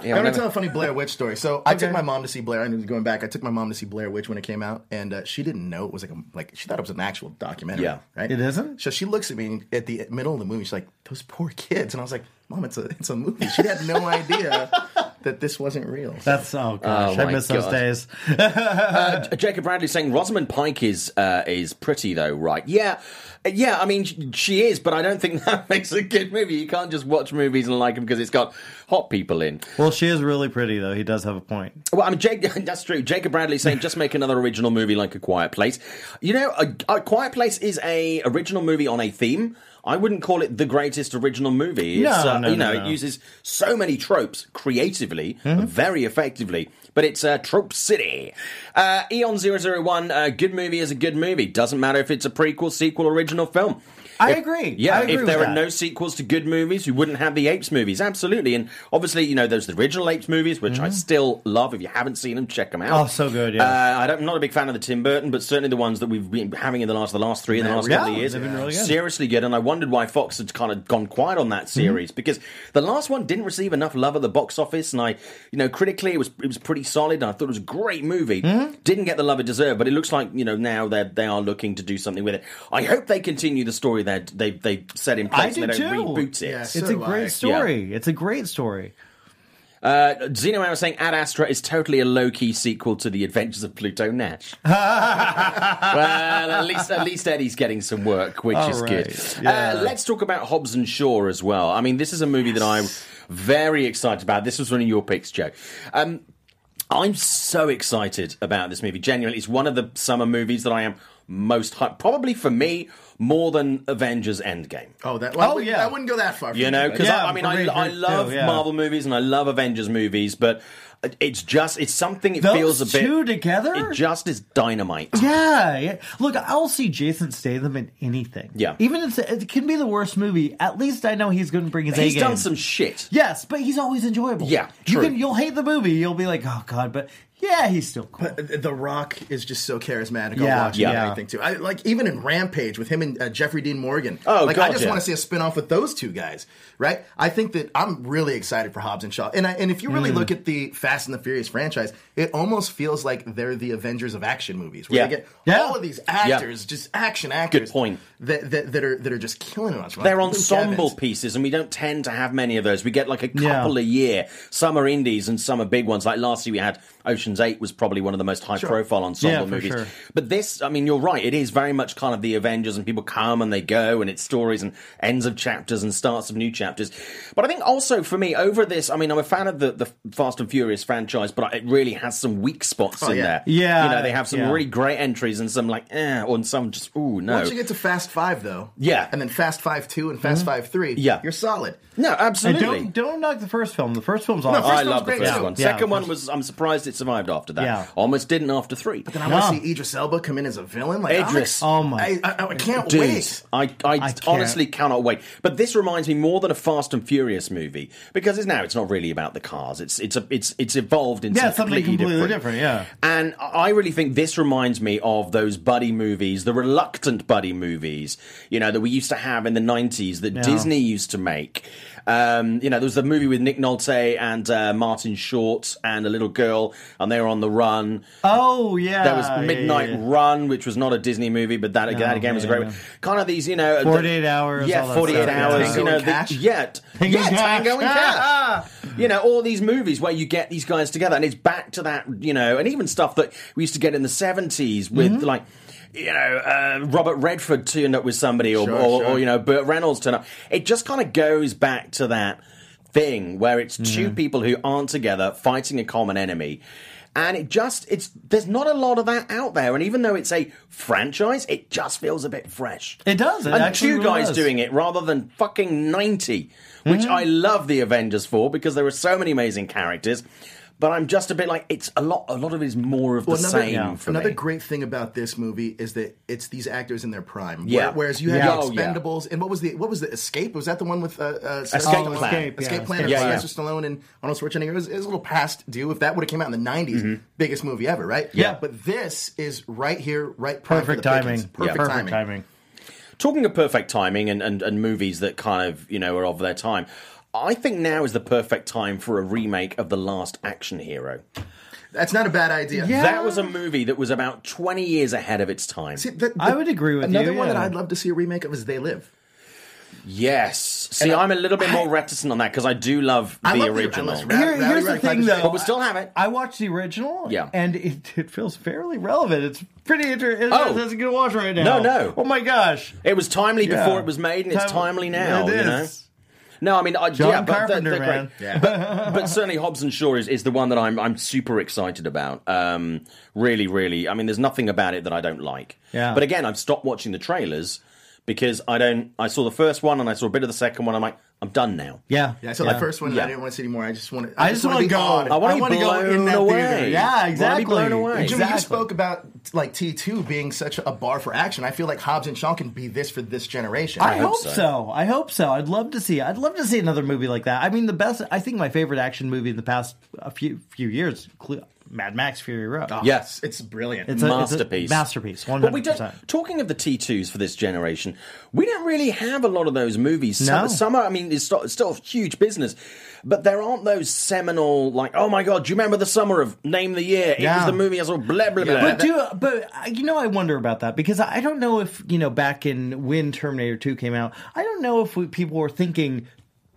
A: Yeah,
D: I'm
A: whatever.
D: gonna tell a funny Blair Witch story. So I took my mom to see Blair. I knew going back. I took my mom to see Blair Witch when it came out, and uh, she didn't know it was like a, like she thought it was an actual documentary.
A: Yeah.
D: right.
C: It isn't?
D: So she looks at me at the middle of the movie. She's like, "Those poor kids," and I was like, "Mom, it's a it's a movie." She had no idea that this wasn't real.
C: That's oh gosh,
A: Oh, my
C: I miss
A: God.
C: those days.
A: Uh, Jacob Bradley saying Rosamund Pike is uh, is pretty though, right? Yeah, uh, yeah. I mean, sh- she is, but I don't think that makes a good movie. You can't just watch movies and like them because it's got hot people in.
C: Well, she is really pretty though. He does have a point.
A: Well, I mean, Jake, that's true. Jacob Bradley saying just make another original movie like A Quiet Place. You know, a, a Quiet Place is a original movie on a theme. I wouldn't call it the greatest original movie. It's,
C: No,
A: uh,
C: no,
A: you know,
C: no, Mm-hmm.
A: it
C: no.
A: uses so many tropes creatively, very effectively. But it's uh, Trope City. Uh, Eon 001, uh, good movie is a good movie. Doesn't matter if it's a prequel, sequel, original film.
C: I
A: If-
C: agree.
A: Yeah,
C: I agree
A: if there
C: with
A: are
C: that.
A: no sequels to good movies, we wouldn't have the Apes movies. Absolutely. And obviously, you know, there's the original Apes movies, which I still love. If you haven't seen them, check them out.
C: Mm-hmm. Oh, so good, yeah.
A: Uh, I don't, I'm not a big fan of the Tim Burton, but certainly the ones that we've been having in the last the last three in the last
C: yeah,
A: couple of years
C: they've been really good. Mm-hmm.
A: seriously good. And I wondered why Fox had kind of gone quiet on that series because the last one didn't receive enough love at the box office. And I, you know, critically it was it was pretty solid. I thought it was a great movie.
C: Mm-hmm.
A: Didn't get the love it deserved, but it looks like you know now they they are looking to do something with it. I hope they continue the story that they they set in place.
C: I
A: and they
C: do
A: don't
C: too.
A: reboot it.
D: Yes.
C: It's
D: So
C: a
D: do I.
C: great story. It's a great story.
A: Uh, Zeno was saying Ad Astra is totally a low key sequel to the Adventures of Pluto Nash. well, at least at least Eddie's getting some work, which
C: All
A: is
C: right,
A: good.
C: yeah.
A: Uh, let's talk about Hobbs and Shaw as well. I mean, this is a movie that I'm very excited about. This was one of your picks, Joe. Um, I'm so excited about this movie. Genuinely, it's one of the summer movies that I am most hyped. Probably for me, more than Avengers Endgame.
D: oh, that. Well,
C: Oh,
D: I wouldn't-
C: yeah.
D: I wouldn't go that far. for
A: You
D: me,
A: know,
D: but-
A: because
C: Yeah,
A: I, I mean,
C: for
A: I,
C: me,
A: I
C: too,
A: love
C: yeah.
A: Marvel movies and I love Avengers movies, but it's just it's something. It
C: Those
A: feels a bit
C: two together?
A: It just is dynamite.
C: Yeah, yeah. Look, I'll see Jason Statham in anything.
A: Yeah.
C: Even if it's- it can be the worst movie, at least I know he's going to bring his
A: He's
C: A game.
A: done some shit.
C: Yes, but he's always enjoyable.
A: Yeah,
C: You
A: true.
C: can you'll hate the movie, you'll be like, "Oh god," but yeah, he's still cool.
D: The Rock is just so charismatic.
C: Yeah,
D: I'll watch
A: yeah.
D: him and everything too. I like even in Rampage with him and uh, Jeffrey Dean Morgan.
A: Oh,
D: like
A: God,
D: I just
A: yeah.
D: want to see a spin-off with those two guys, right? I think that I'm really excited for Hobbs and Shaw. And I, and if you really
C: Hmm.
D: look at the Fast and the Furious franchise, it almost feels like they're the Avengers of action movies, where
A: Yeah.
D: they get
C: Yeah.
D: all of these actors, just action actors.
A: point.
D: That, that, that are that are just killing it on. screen.
A: They're
D: Luke
A: ensemble
D: Evans.
A: pieces, and we don't tend to have many of those. We get like a
C: Yeah.
A: couple a year. Some are indies, and some are big ones. Like last year, we had Ocean's Eight was probably one of the most high-profile ensemble
C: Yeah, for
A: movies.
C: sure.
A: But this, I mean, you're right. It is very much kind of the Avengers, and people come and they go, and it's stories and ends of chapters and starts of new chapters. But I think also for me, over this, I mean, I'm a fan of the, the Fast and Furious franchise, but it really has some weak spots in
D: yeah.
A: there.
C: Oh, Yeah,
A: you know, they have some
C: yeah.
A: really great entries, and some like, eh, or some just, ooh, no.
D: Once you get to Fast Five, though,
A: Yeah.
D: and then Fast Five Two and
C: Hmm.
D: Fast Five Three,
A: Yeah.
D: you're solid.
A: no,
C: And
A: absolutely.
C: don't don't knock the first film. The first film's awesome.
D: first
A: I love the first
D: one's great, too.
A: one.
C: Yeah,
A: Second
C: the
A: one
C: first-
A: was I'm surprised it survived survived after that.
C: Yeah.
A: Almost didn't after three.
D: Then I want
C: Yeah.
D: to see Idris Elba come in as a villain. Like I'm
A: Idris.
D: ex-
C: Oh my-
D: I, I, I can't
A: Dude,
D: wait.
A: I, I,
C: can't.
A: honestly cannot wait. But this reminds me more than a Fast and Furious movie because it's now it's not really about the cars. It's it's a, it's it's evolved into
C: Yeah, something completely different, yeah.
A: and I really think this reminds me of those buddy movies, the reluctant buddy movies, you know, that we used to have in the nineties that Disney used to make. Um, you know, there was the movie with Nick Nolte and uh, Martin Short and a little girl, and they were on the run.
C: Oh yeah,
A: There was
C: yeah,
A: Midnight
C: yeah, yeah.
A: Run, which was not a Disney movie, but that, that again was a great
C: yeah,
A: one. Kind of these, you know,
C: 48
A: the-
C: Hours,
A: Yeah,
C: all that
A: forty-eight
C: stuff,
A: hours.
D: yeah.
A: You
D: Tango
A: know,
D: and Cash?
A: the, yeah, t-
C: Tango
A: yeah,
C: and Cash.
A: Tango and
C: Ah.
A: Cash. You know, all these movies where you get these guys together, and it's back to that. You know, and even stuff that we used to get in the seventies with
C: Mm-hmm.
A: like. You know, uh, Robert Redford turned up with somebody, or,
D: Sure,
A: or,
D: sure.
A: or you know, Burt Reynolds turned up. It just kind of goes back to that thing where it's
C: Mm-hmm.
A: two people who aren't together fighting a common enemy. And it just it's there's not a lot of that out there. And even though it's a franchise, it just feels a bit fresh.
C: It does, it
A: and
C: actually
A: two
C: really
A: guys
C: does.
A: doing it rather than fucking ninety, which
D: Mm-hmm.
A: I love the Avengers for because there were so many amazing characters. But I'm just a bit like it's a lot. A lot of it is more of the
D: Well, another,
A: same.
D: yeah.
A: for
D: another
A: me.
D: great thing about this movie is that it's these actors in their prime.
A: Yeah.
D: Where- whereas you had
A: Yeah.
D: the
A: Oh, yeah.
D: Expendables, and what was the what was the Escape? Was that the one with uh, uh,
A: Escape
D: Sylvester Stallone?
A: Plan.
D: Escape,
C: Escape, yeah.
D: Plan.
A: Yeah,
D: Yeah,
A: yeah.
D: Sylvester Stallone and Arnold Schwarzenegger. It was, it was a little past due. If that would have came out in the '90s,
A: Mm-hmm.
D: biggest movie ever, right?
C: Yeah.
D: But this is right here, right. prime for
C: Perfect
D: the
C: timing.
D: pickings. Perfect, timing.
A: talking of perfect timing and, and, and movies that kind of you know are of their time i think now is the perfect time for a remake of the last action hero
D: That's not a bad idea.
A: that was a movie that was about 20 years ahead of its time
D: See, that-
C: I
D: that-
C: would agree with
D: another
C: you,
D: one that
C: yeah.
D: I'd love to see a remake of is They Live.
A: yes see i'm a little bit more reticent on that because i do love the
D: I love
A: original
D: The, I love Ra-
C: Here-
D: Rowdy
C: here's the
D: Roddy
C: thing,
D: Piper's-
C: though.
A: but we still have it
C: I watched the original,
A: Yeah.
C: and it, it feels fairly relevant. It's pretty interesting.
A: Oh.
C: It's a good watch right now.
A: No, no.
C: Oh my gosh!
A: it was timely
C: Yeah.
A: before it was made and it's
C: Time-
A: timely now
C: It
A: you know
C: is.
A: no i mean I,
C: John
A: yeah but they're,
C: Carpenter,
A: they're
C: man.
A: great but, but certainly Hobbs and Shaw is, is the one that I'm I'm super excited about. Um, really, really. I mean, there's nothing about it that I don't like.
C: Yeah.
A: But again, I've stopped watching the trailers because I don't. I saw the first one and I saw a bit of the second one. I'm like, I'm done now.
C: Yeah,
D: Yeah, I saw the first one. and I didn't want to see any more. I just want to.
C: I just want to go.
A: I wanna be
C: wanna
A: blown away. I
C: Yeah,
A: wanna be
C: exactly.
A: blown away.
D: Jimmy, you
C: Exactly.
D: spoke about like T two being such a bar for action. I feel like Hobbs and Shaw can be this for this generation.
C: I, hope so. I hope so. I'd love to see. I'd love to see another movie like that. I mean, the best. I think my favorite action movie in the past a few few years, cl- Mad Max Fury Road.
A: Yes.
D: it's brilliant.
C: It's a- it's a
A: masterpiece.
C: masterpiece. One
A: But we
C: hundred
A: don't.
C: percent.
A: Talking of the T twos for this generation, we don't really have a lot of those movies.
C: No.
A: Some, some are. I mean, it's sto- it's still a huge business, but there aren't those seminal like. Oh my god! Do you remember the summer of Name the Year? It was
C: Yeah.
A: the movie I saw. Blah blah blah.
C: But do but uh, you know I wonder about that because I don't know if you know back in when Terminator 2 came out I don't know if we, people were thinking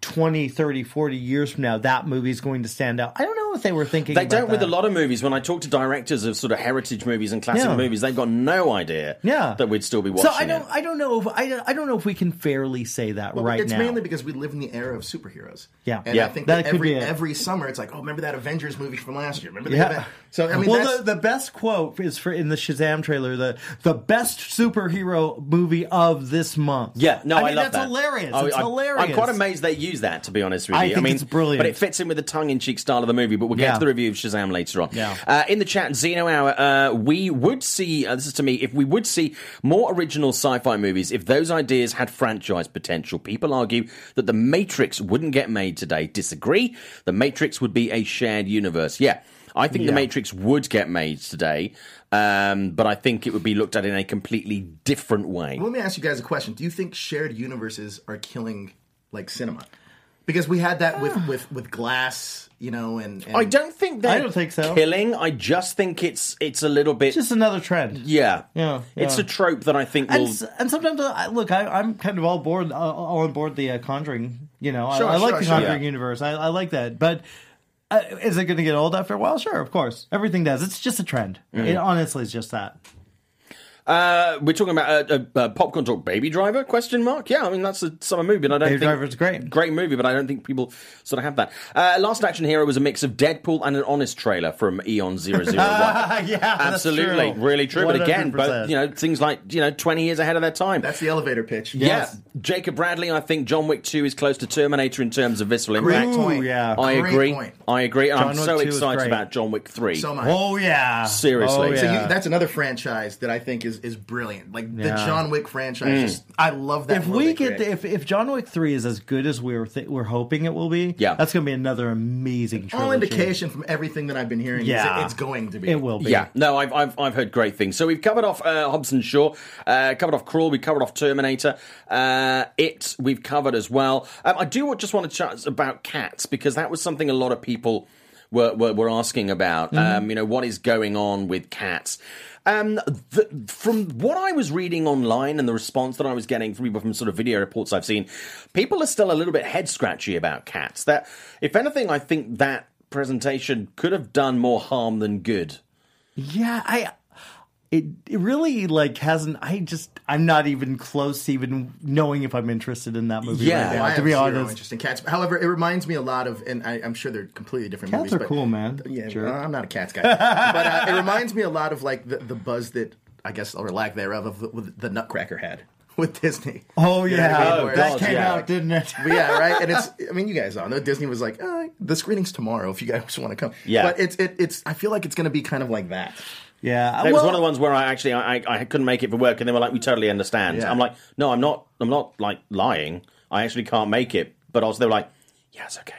C: 20 30 40 years from now that movie's going to stand out I don't know if they were thinking
A: They
C: about
A: don't with
C: that.
A: a lot of movies. When I talk to directors of sort of heritage movies and classic
C: Yeah.
A: movies, they've got no idea
C: yeah
A: that we'd still be watching
C: So I don't
A: it.
C: I don't know if I don't, I don't know if we can fairly say that
D: Well,
C: right
D: it's
C: now.
D: mainly because we live in the era of superheroes.
C: Yeah.
D: and
C: Yeah.
D: I think
C: That
D: that,
C: could
D: every
C: be it.
D: every summer it's like, oh, remember that Avengers movie from last year? Remember that?
C: yeah.
D: So I mean,
C: well,
D: that's-
C: the, the best quote is for in the Shazam trailer the the best superhero movie of this month.
A: Yeah, no, I,
C: I, mean,
A: love
C: that's
A: that.
C: hilarious.
A: I-
C: it's
A: I'm-
C: hilarious.
A: I'm quite amazed they use that, to be honest with you.
C: I think
A: mean,
C: it's brilliant.
A: But it fits in with the tongue-in-cheek style of the movie. But we'll get
C: Yeah.
A: to the review of Shazam later on.
C: Yeah.
A: Uh, in the chat, Zeno Hour, uh, we would see. Uh, this is to me. If we would see more original sci-fi movies, if those ideas had franchise potential, people argue that the Matrix wouldn't get made today. Disagree. The Matrix would be a shared universe. Yeah. I think The Matrix would get made today, um, but I think it would be looked at in a completely different way.
D: Well, let me ask you guys a question. Do you think shared universes are killing like cinema? Because we had that with with with Glass, you know, and, and
A: I don't think that.
C: I don't think so.
A: Killing. I just think it's it's a little bit.
C: just another trend.
A: yeah.
C: Yeah,
A: It's
C: yeah.
A: a trope that I think
C: and,
A: will.
C: s- and sometimes uh, I, look, I, I'm kind of all board, uh, all on board the uh, Conjuring. You know,
D: Sure,
C: I, I like
D: sure,
C: the
D: sure.
C: Conjuring
A: Yeah.
C: universe. I, I like that, but uh, is it going
A: Mm.
C: to get old after a while? Sure, of course, everything does. It's just a trend. It honestly is just that.
A: Uh, we're talking about uh, uh, uh, popcorn talk. Baby Driver? Question mark. Yeah, I mean that's a summer movie, and I don't
C: Baby
A: think
C: Driver's great.
A: great movie, but I don't think people sort of have that. Uh, Last Action Hero was a mix of Deadpool and an Honest trailer from Eon 001.
C: yeah, that's
A: absolutely,
C: true.
A: really true. But again,
C: 100%.
A: both you know things like you know twenty years ahead of their time.
D: That's the elevator pitch.
C: Yes.
A: Yeah, Jacob Bradley. I think John Wick Two is close to Terminator in terms of visceral
D: Great
A: impact.
D: point.
C: yeah.
A: I
D: Great
A: agree.
D: point.
A: I agree. And I'm
C: John Wick
A: so
C: 2 is
A: excited
C: great.
A: about John Wick Three.
D: So much.
C: Oh yeah.
A: Seriously.
C: Oh,
A: So
D: So
C: yeah.
D: you, that's another franchise that I think is is brilliant. Like the
C: Yeah. Mm.
D: John Wick franchise. Just, I love that.
C: if
D: world
C: we
D: they
C: get
D: create.
C: the, if if John Wick three is as good as we're th- we're hoping it will be,
A: Yeah.
C: that's gonna be another amazing. Trilogy.
D: all indication from everything that I've been hearing, yeah.
C: Yeah.
D: it's going to be.
C: it will be.
A: Yeah, no, I've, I've I've heard great things. So we've covered off uh, Hobson Shaw, uh, covered off Crawl, we covered off Terminator, uh, it we've covered as well. Um, I do wa- just want to chat about cats because that was something a lot of people were were, were asking about.
C: Mm-hmm.
A: Um, you know what is going on with cats. Um, the, from what I was reading online and the response that I was getting from people from sort of video reports I've seen, people are still a little bit head scratchy about cats. That, if anything, I think that presentation could have done more harm than good.
C: Yeah, I it it really like hasn't I just I'm not even close to even knowing if I'm interested in that movie
A: Yeah.
C: right
D: Well,
C: now,
D: I
C: to be
D: have zero
C: honest.
D: interest in cats. However, it reminds me a lot of, and I, I'm sure they're completely different
C: Cats
D: movies.
C: are
D: but-
C: cool, man.
D: Yeah,
C: Jerk.
D: uh, I'm not a cats guy, but uh, it reminds me a lot of like the, the buzz that I guess or lack thereof of the, with the Nutcracker had with Disney.
C: Oh
D: You know what I
C: yeah.
D: mean? Where
C: that
D: it's
C: came
D: yeah.
C: out, didn't it?
D: But yeah, right. And it's, I mean, you guys all know Disney was like, uh, the screening's tomorrow if you guys want to come.
A: Yeah.
D: But it's, it, it's, I feel like it's going to be kind of like that.
C: yeah.
A: It was
C: well,
A: one of the ones where I actually I, I, I couldn't make it for work, and they were like, "We totally understand."
D: Yeah.
A: I'm like, "No, I'm not. I'm not like lying. I actually can't make it." But also, they were like, "Yeah, it's okay.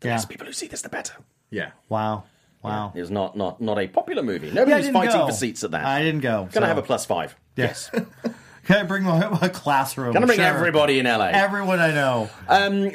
A: The
C: Yeah.
A: less people who see this, the better."
D: Yeah.
C: Wow. Wow.
A: It's not not not a popular movie.
C: Yeah, I
A: Nobody's
C: didn't
A: fighting
C: go.
A: for seats at that.
C: I didn't go.
A: Can I
C: so-
A: have a plus five?
C: Yes. Can I bring my, my classroom?
A: Can I bring
C: Sure.
A: everybody in LA?
C: Everyone I know.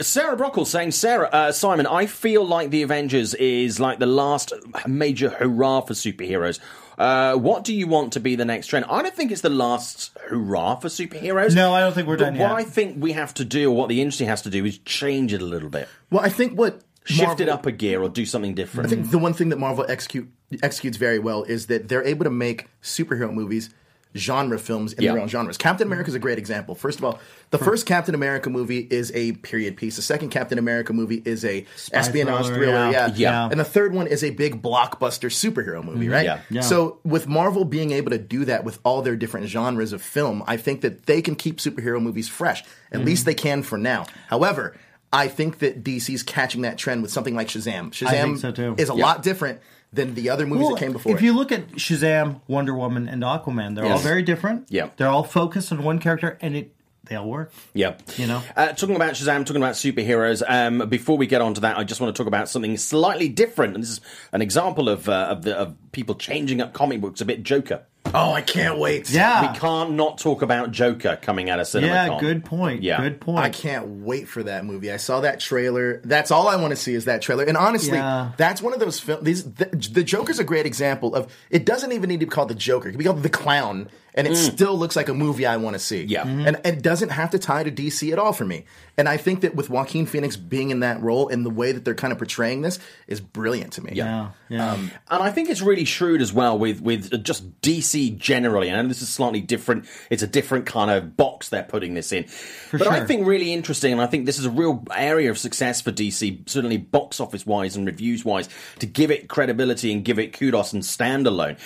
A: Sarah Brockle saying, Sarah, uh, Simon, I feel like the Avengers is like the last major hurrah for superheroes. Uh, what do you want to be the next trend? I don't think it's the last hurrah for superheroes.
C: No, I don't think we're
A: but
C: done
A: What
C: yet.
A: I think we have to do, or what the industry has to do, is change it a little bit,
D: Well, I think what
A: shift
D: Marvel-
A: it up a gear, or do something different.
D: I think the one thing that Marvel execute executes very well is that they're able to make superhero movies genre films in
A: Yeah.
D: their own genres. Captain America is a great example. First of all, the first Captain America movie is a period piece. The second Captain America movie is a espionage
C: thriller,
D: thriller.
C: yeah.
D: yeah.
A: Yeah. Mm-hmm.
D: And the third one is a big blockbuster superhero movie, right?
A: Yeah.
C: Yeah.
D: So with Marvel being able to do that with all their different genres of film, I think that they can keep superhero movies fresh. At least they can for now. However, I think that DC's catching that trend with something like Shazam. Shazam
C: I
D: Shazam
C: think so, too.
D: is a lot different than the other movies
C: Well,
D: that came before.
C: If you look at Shazam, Wonder Woman, and Aquaman, they're all
A: Yes.
C: very different.
A: Yeah.
C: They're all focused on one character, and it they all work.
A: Yeah.
C: You know?
A: Uh, talking about Shazam, talking about superheroes, um, before we get on to that, I just want to talk about something slightly different. And this is an example of, uh, of, the, of people changing up comic books a bit, Joker.
D: oh, I can't wait.
C: Yeah.
A: We can't not talk about Joker coming out of cinema.
C: Ah. yeah. Good point.
A: Yeah.
C: Good point.
D: I can't wait for that movie. I saw that trailer. That's all I want to see is that trailer. And honestly,
C: Yeah.
D: that's one of those films. These the, the Joker's a great example of it doesn't even need to be called the Joker. It can be called the Clown, and it still looks like a movie I want to see.
A: Yeah.
C: Mm-hmm.
A: Mhm.
D: and it doesn't have to tie to DC at all for me. And I think that with Joaquin Phoenix being in that role and the way that they're kind of portraying this is brilliant to me.
C: Yeah. Yeah.
A: And I think it's really shrewd as well with with just DC generally. I know this is slightly different. It's a different kind of box they're putting this in. but I
C: sure.
A: think really interesting, and I think this is a real area of success for DC, certainly box office wise and reviews wise, to give it credibility and give it kudos and standalone,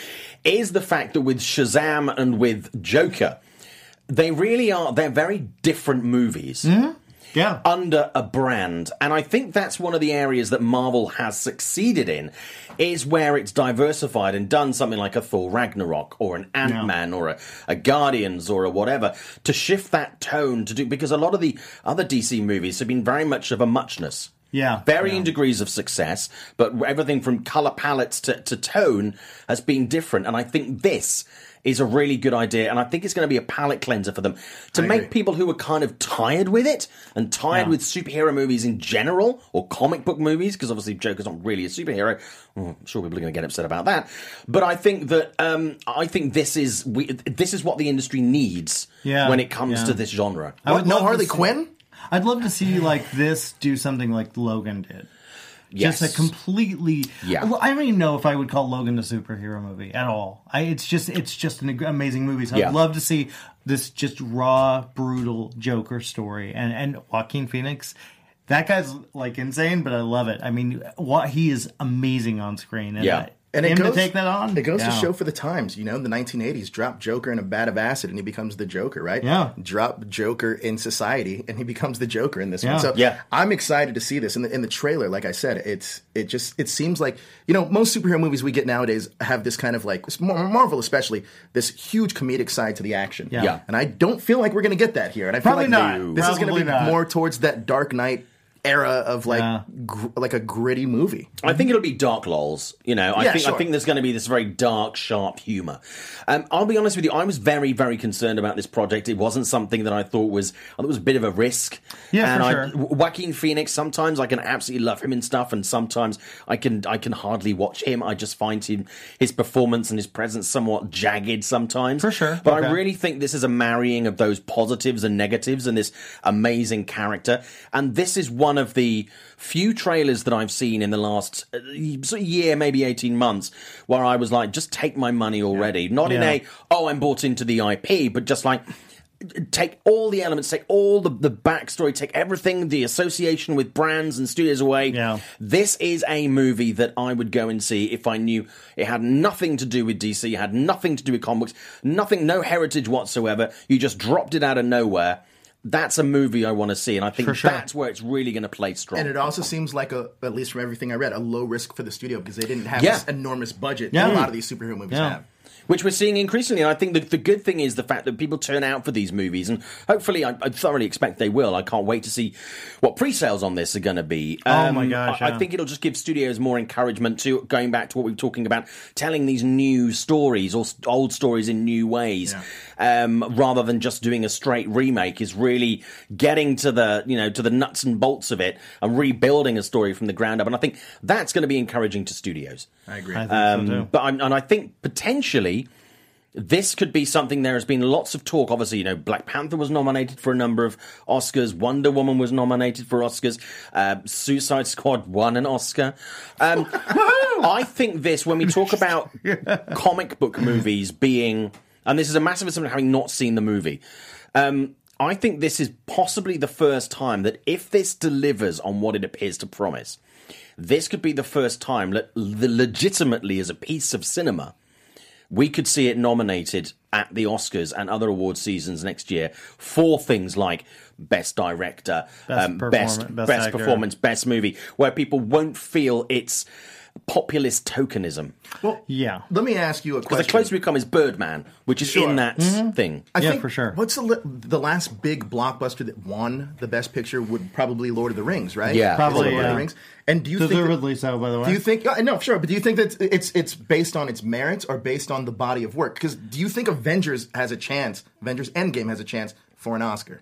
A: is the fact that with Shazam and with Joker, they really are they're very different movies
C: Mm. yeah.
A: under a brand. And I think that's one of the areas that Marvel has succeeded in, is where it's diversified and done something like a Thor Ragnarok or an Ant Man or a, a Guardians or a whatever to shift that tone to do because a lot of the other DC movies have been very much of a muchness.
C: Yeah.
A: Varying degrees of success, but everything from color palettes to, to tone has been different. And I think this is a really good idea. And I think it's going to be a palate cleanser for them to make people who are kind of tired with it and tired with superhero movies in general or comic book movies, because obviously Joker's not really a superhero. Mm, I'm sure people are going to get upset about that. But I think that, um, I think this is, we, this is what the industry needs
C: Yeah.
A: when it comes
C: Yeah.
A: to this genre.
C: I
D: What,
C: would
D: no
C: love to
D: Harley
C: see-
D: Quinn.
C: I'd love to see like this do something like Logan did.
A: Yes.
C: Just a completely.
A: Yeah.
C: Well, I don't even know if I would call Logan a superhero movie at all. I, it's just it's just an ag- amazing movie. So
A: Yeah.
C: I'd love to see this just raw, brutal Joker story and and Joaquin Phoenix. That guy's like insane, but I love it. I mean, what he is amazing on screen. And
A: Yeah.
C: I-
D: and it
C: him
D: goes,
C: to take that on.
D: It goes to
C: Yeah.
D: show for the times, you know, in the 1980s, drop Joker in a vat of acid and he becomes the Joker, right?
C: Yeah.
D: Drop Joker in society and he becomes the Joker in this
C: Yeah.
D: one. So
A: Yeah.
D: I'm excited to see this. In the, in the trailer, like I said, it's it just it seems like you know most superhero movies we get nowadays have this kind of like Mar- Marvel especially this huge comedic side to the action.
C: Yeah. Yeah.
D: And I don't feel like we're gonna get that here. And I feel
C: Probably
D: like
C: not.
D: this is gonna
C: Probably
D: be
C: not.
D: more towards that Dark Knight era of like gr- like a gritty movie.
A: I think it'll be dark lols. You know, I
D: Yeah,
A: think I
D: sure.
A: think there's going to be this very dark, sharp humor. Um, I'll be honest with you. I was very, very concerned about this project. It wasn't something that I thought was. I thought it was a bit of a risk.
C: Yeah,
A: and
C: for
A: I,
C: sure.
A: Jo- Joaquin Phoenix. Sometimes I can absolutely love him and stuff, and sometimes I can I can hardly watch him. I just find him his performance and his presence somewhat jagged sometimes.
C: For sure.
A: But I
C: Okay.
A: really think this is a marrying of those positives and negatives and this amazing character. And this is one of the few trailers that I've seen in the last uh, sort of year, maybe 18 months, where I was like, just take my money already. Not in
C: Yeah.
A: a, oh, I'm bought into the IP, but just like, take all the elements, take all the, the backstory, take everything, the association with brands and studios away.
C: Yeah.
A: This is a movie that I would go and see if I knew it had nothing to do with DC, had nothing to do with comic books, nothing, no heritage whatsoever. You just dropped it out of nowhere. That's a movie I want to see, and I think
C: sure.
A: that's where it's really going to play strong.
D: And it also seems like a, at least from everything I read, a low risk for the studio because they didn't have
A: Yeah.
D: this enormous budget
C: Yeah.
D: that a lot of these superhero movies
C: Yeah.
D: have.
A: which we're seeing increasingly. And I think the, the good thing is the fact that people turn out for these movies, and hopefully, I, I thoroughly expect they will. I can't wait to see what pre-sales on this are going to be. Um,
C: Oh my gosh,
A: I, I
C: yeah.
A: think it'll just give studios more encouragement to going back to what we were talking about, telling these new stories or s- old stories in new ways, um, rather than just doing a straight remake. Is really getting to the you know to the nuts and bolts of it and rebuilding a story from the ground up. And I think that's going to be encouraging to studios.
D: I agree.
C: I think so too.
A: Um, but I'm, and I think potentially this could be something. There has been lots of talk. Obviously, you know, Black Panther was nominated for a number of Oscars. Wonder Woman was nominated for Oscars. Uh, Suicide Squad won an Oscar. Um, I think this when we talk about comic book movies being, and this is a massive assumption having not seen the movie. Um, I think this is possibly the first time that if this delivers on what it appears to promise, this could be the first time that the legitimately as a piece of cinema we could see it nominated at the Oscars and other award seasons next year for things like best director,
C: Best
A: um,
C: perform-
A: best,
C: best
A: best
C: actor.
A: performance, best movie, where people won't feel it's populist tokenism.
D: Well,
C: Yeah.
D: Let me ask you a
A: But
D: question.
A: the closer we come is Birdman, which is in that
C: Mm-hmm.
A: thing.
D: I
C: Yeah,
D: think-
C: for sure.
D: What's the, li- the last big blockbuster that won the Best Picture? Would probably Lord of the Rings, right?
A: Yeah.
D: Is it
A: Probably,
D: Lord of
C: yeah.
D: the Rings. And do you think that-
C: Deservedly so, by the way.
D: Do you think? yeah, No, sure. But do you think that it's it's based on its merits or based on the body of work? Because do you think Avengers has a chance? Avengers Endgame has a chance for an Oscar.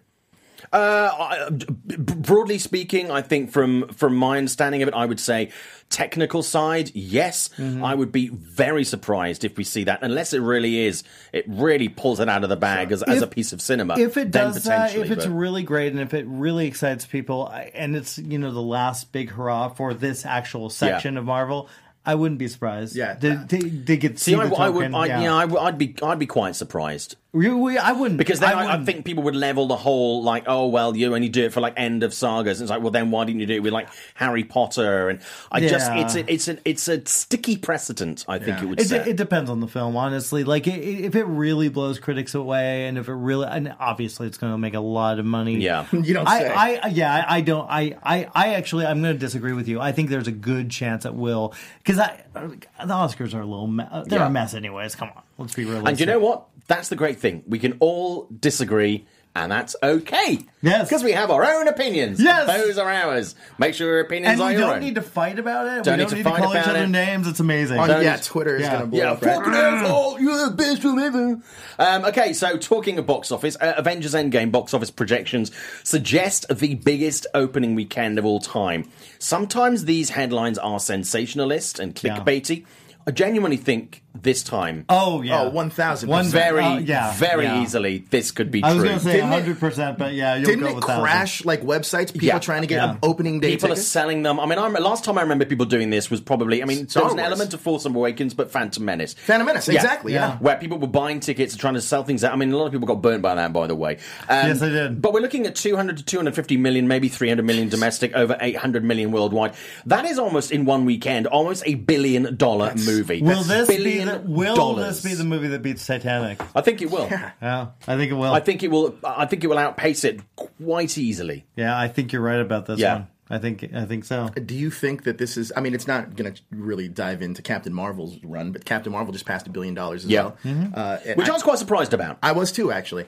A: Uh, I- b- broadly speaking, I think from from my understanding of it, I would say technical side, yes.
C: Mm-hmm.
A: I would be very surprised if we see that, unless it really is it really pulls it out of the bag as, as a
C: If-
A: piece of cinema.
C: If
A: Uh,
C: it
A: then
C: does that, if
A: potentially,
C: it's
A: but-
C: really great, and if it really excites people, I- and it's you know the last big hurrah for this actual section of Marvel, I wouldn't be surprised.
D: Yeah.
C: they, they, they get
A: See,
C: see
A: I,
C: the
A: I would,
C: token,
A: I,
C: yeah.
A: yeah, I would- I'd be, I'd be quite surprised
C: We- we- I wouldn't
A: because then I, I,
C: wouldn't.
A: think people would level the whole like, oh well, you only do it for like end of sagas. It's like, well, then why didn't you do it with like Harry Potter? And I just,
C: Yeah.
A: it's a, it's a, it's a sticky precedent. I think it would.
C: It,
A: set.
C: de- it depends on the film, honestly. Like, it, it- if it really blows critics away, and if it really, and obviously, it's going to make a lot of money.
A: Yeah.
D: You don't
C: I,
D: say.
C: I, I- yeah, I, I don't. I, I, I actually, I'm going to disagree with you. I think there's a good chance it will, because I, the Oscars are a little, me- uh, they're
A: Yeah.
C: a mess, anyways. Come on, let's be realistic.
A: And you know what? That's the great thing. We can all disagree, and that's okay.
C: Yes.
A: Because we have our own opinions.
C: Yes.
A: Those are ours. Make sure your opinions
C: And
A: are
C: we
A: your
C: don't
A: own.
C: need to fight about it.
A: Don't
C: we
A: need
C: don't
A: to
C: need to,
A: fight
C: call each
A: about
C: other
A: it.
C: names. It's amazing.
D: On, yeah, Twitter is
C: yeah.
D: going to blow
A: yeah,
D: up. right?
A: fucking
C: Mm.
A: asshole, you're the best you'll ever. Um, okay, so talking of box office, uh, Avengers Endgame box office projections suggest the biggest opening weekend of all time. Sometimes these headlines are sensationalist and clickbaity. I genuinely think this time.
C: Oh yeah.
D: Oh, 1000%.
C: One
A: very,
C: oh, yeah,
A: very
C: yeah.
A: easily, this could be
C: I was
A: true.
C: gonna say
D: Didn't it-
C: hundred percent, but yeah, you'll
D: Didn't
C: go
D: it
C: with that.
D: crash like websites? People
A: Yeah.
D: trying to get
C: Yeah.
D: an opening day
A: People are
D: tickets?
A: selling them. I mean, I rem- last time I remember people doing this was probably. I mean,
D: Star
A: there was an
D: Wars.
A: element of Force Awakens, but Phantom Menace.
D: Phantom Menace,
A: Yeah.
D: exactly. Yeah.
C: Yeah.
A: where people were buying tickets and trying to sell things out. I mean, a lot of people got burnt by that, by the way. Um,
C: Yes, they did.
A: But we're looking at 200 to 250 million, maybe 300 million domestic, over 800 million worldwide. That is almost in one weekend, almost a billion dollar movie.
C: Will this be
A: Billion
C: the, will
A: dollars.
C: this be the movie that beats Titanic?
A: I think it will.
C: Yeah, I think it will.
A: I think it will. I think it will outpace it quite easily.
C: yeah, I think you're right about this
A: Yeah.
C: one. I think I think so.
D: Do you think that this is? I mean, it's not going to really dive into Captain Marvel's run, but Captain Marvel just passed a billion dollars as
A: Yeah. Mm-hmm.
D: well. Uh, and
A: Which Oh, I,
D: I,
A: was quite surprised about.
D: I was too, actually.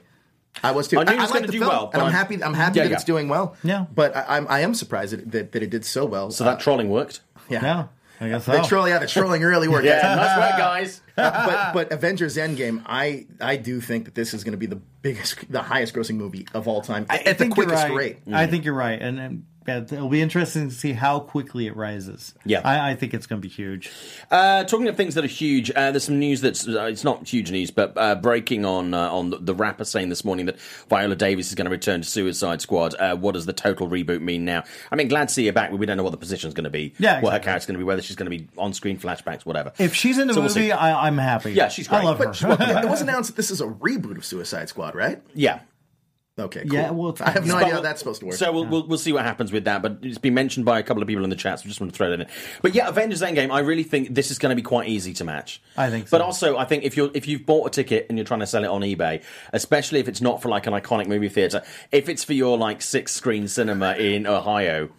D: I was too.
A: I knew it was
D: like
A: gonna
D: the
A: do
D: film,
A: well, but
D: and I'm
A: I'm-
D: happy. I'm happy
A: Yeah,
D: that
A: yeah.
D: it's doing well.
C: Yeah.
D: but I, I'm, I am surprised that, that that it did so well.
A: so that trolling worked.
D: yeah.
C: Yeah, I guess so.
D: The trolling, yeah, the trolling really worked.
A: Yeah, nice work, guys.
D: but but Avengers Endgame, I I do think that this is going to be the biggest, the highest grossing movie of all time
C: I
D: at the
C: think you're
D: quickest
C: right.
D: rate.
C: I
A: Mm.
C: think you're right, and, and that- it'll be interesting to see how quickly it rises.
A: Yeah.
C: I, I think it's going to be huge.
A: Uh, talking of things that are huge, uh, there's some news that's uh, it's not huge news, but uh, breaking on uh, on the, the rapper saying this morning that Viola Davis is going to return to Suicide Squad. Uh, what does the total reboot mean now? I mean, glad to see her back, but we don't know what the position's going to be,
C: Yeah,
A: what her
C: exactly.
A: character's going to be, whether she's going to be on screen flashbacks, whatever.
C: If she's in the
A: So we'll
C: movie,
A: see.
C: I, I'm happy.
A: Yeah, she's
C: I
A: great,
C: love
A: but
C: her.
D: Well, it was announced that this is a reboot of Suicide Squad, right?
A: yeah.
D: Okay. Cool.
C: Yeah, well,
D: I have no
C: it's-
D: idea how that's supposed to work.
A: So we'll, we'll we'll see what happens with that, but it's been mentioned by a couple of people in the chat, so I just want to throw that in. But yeah, Avengers Endgame, I really think this is going to be quite easy to match.
C: I think
A: But
C: so.
A: also, I think if you're if you've bought a ticket and you're trying to sell it on eBay, especially if it's not for like an iconic movie theater, if it's for your like six screen cinema in Ohio,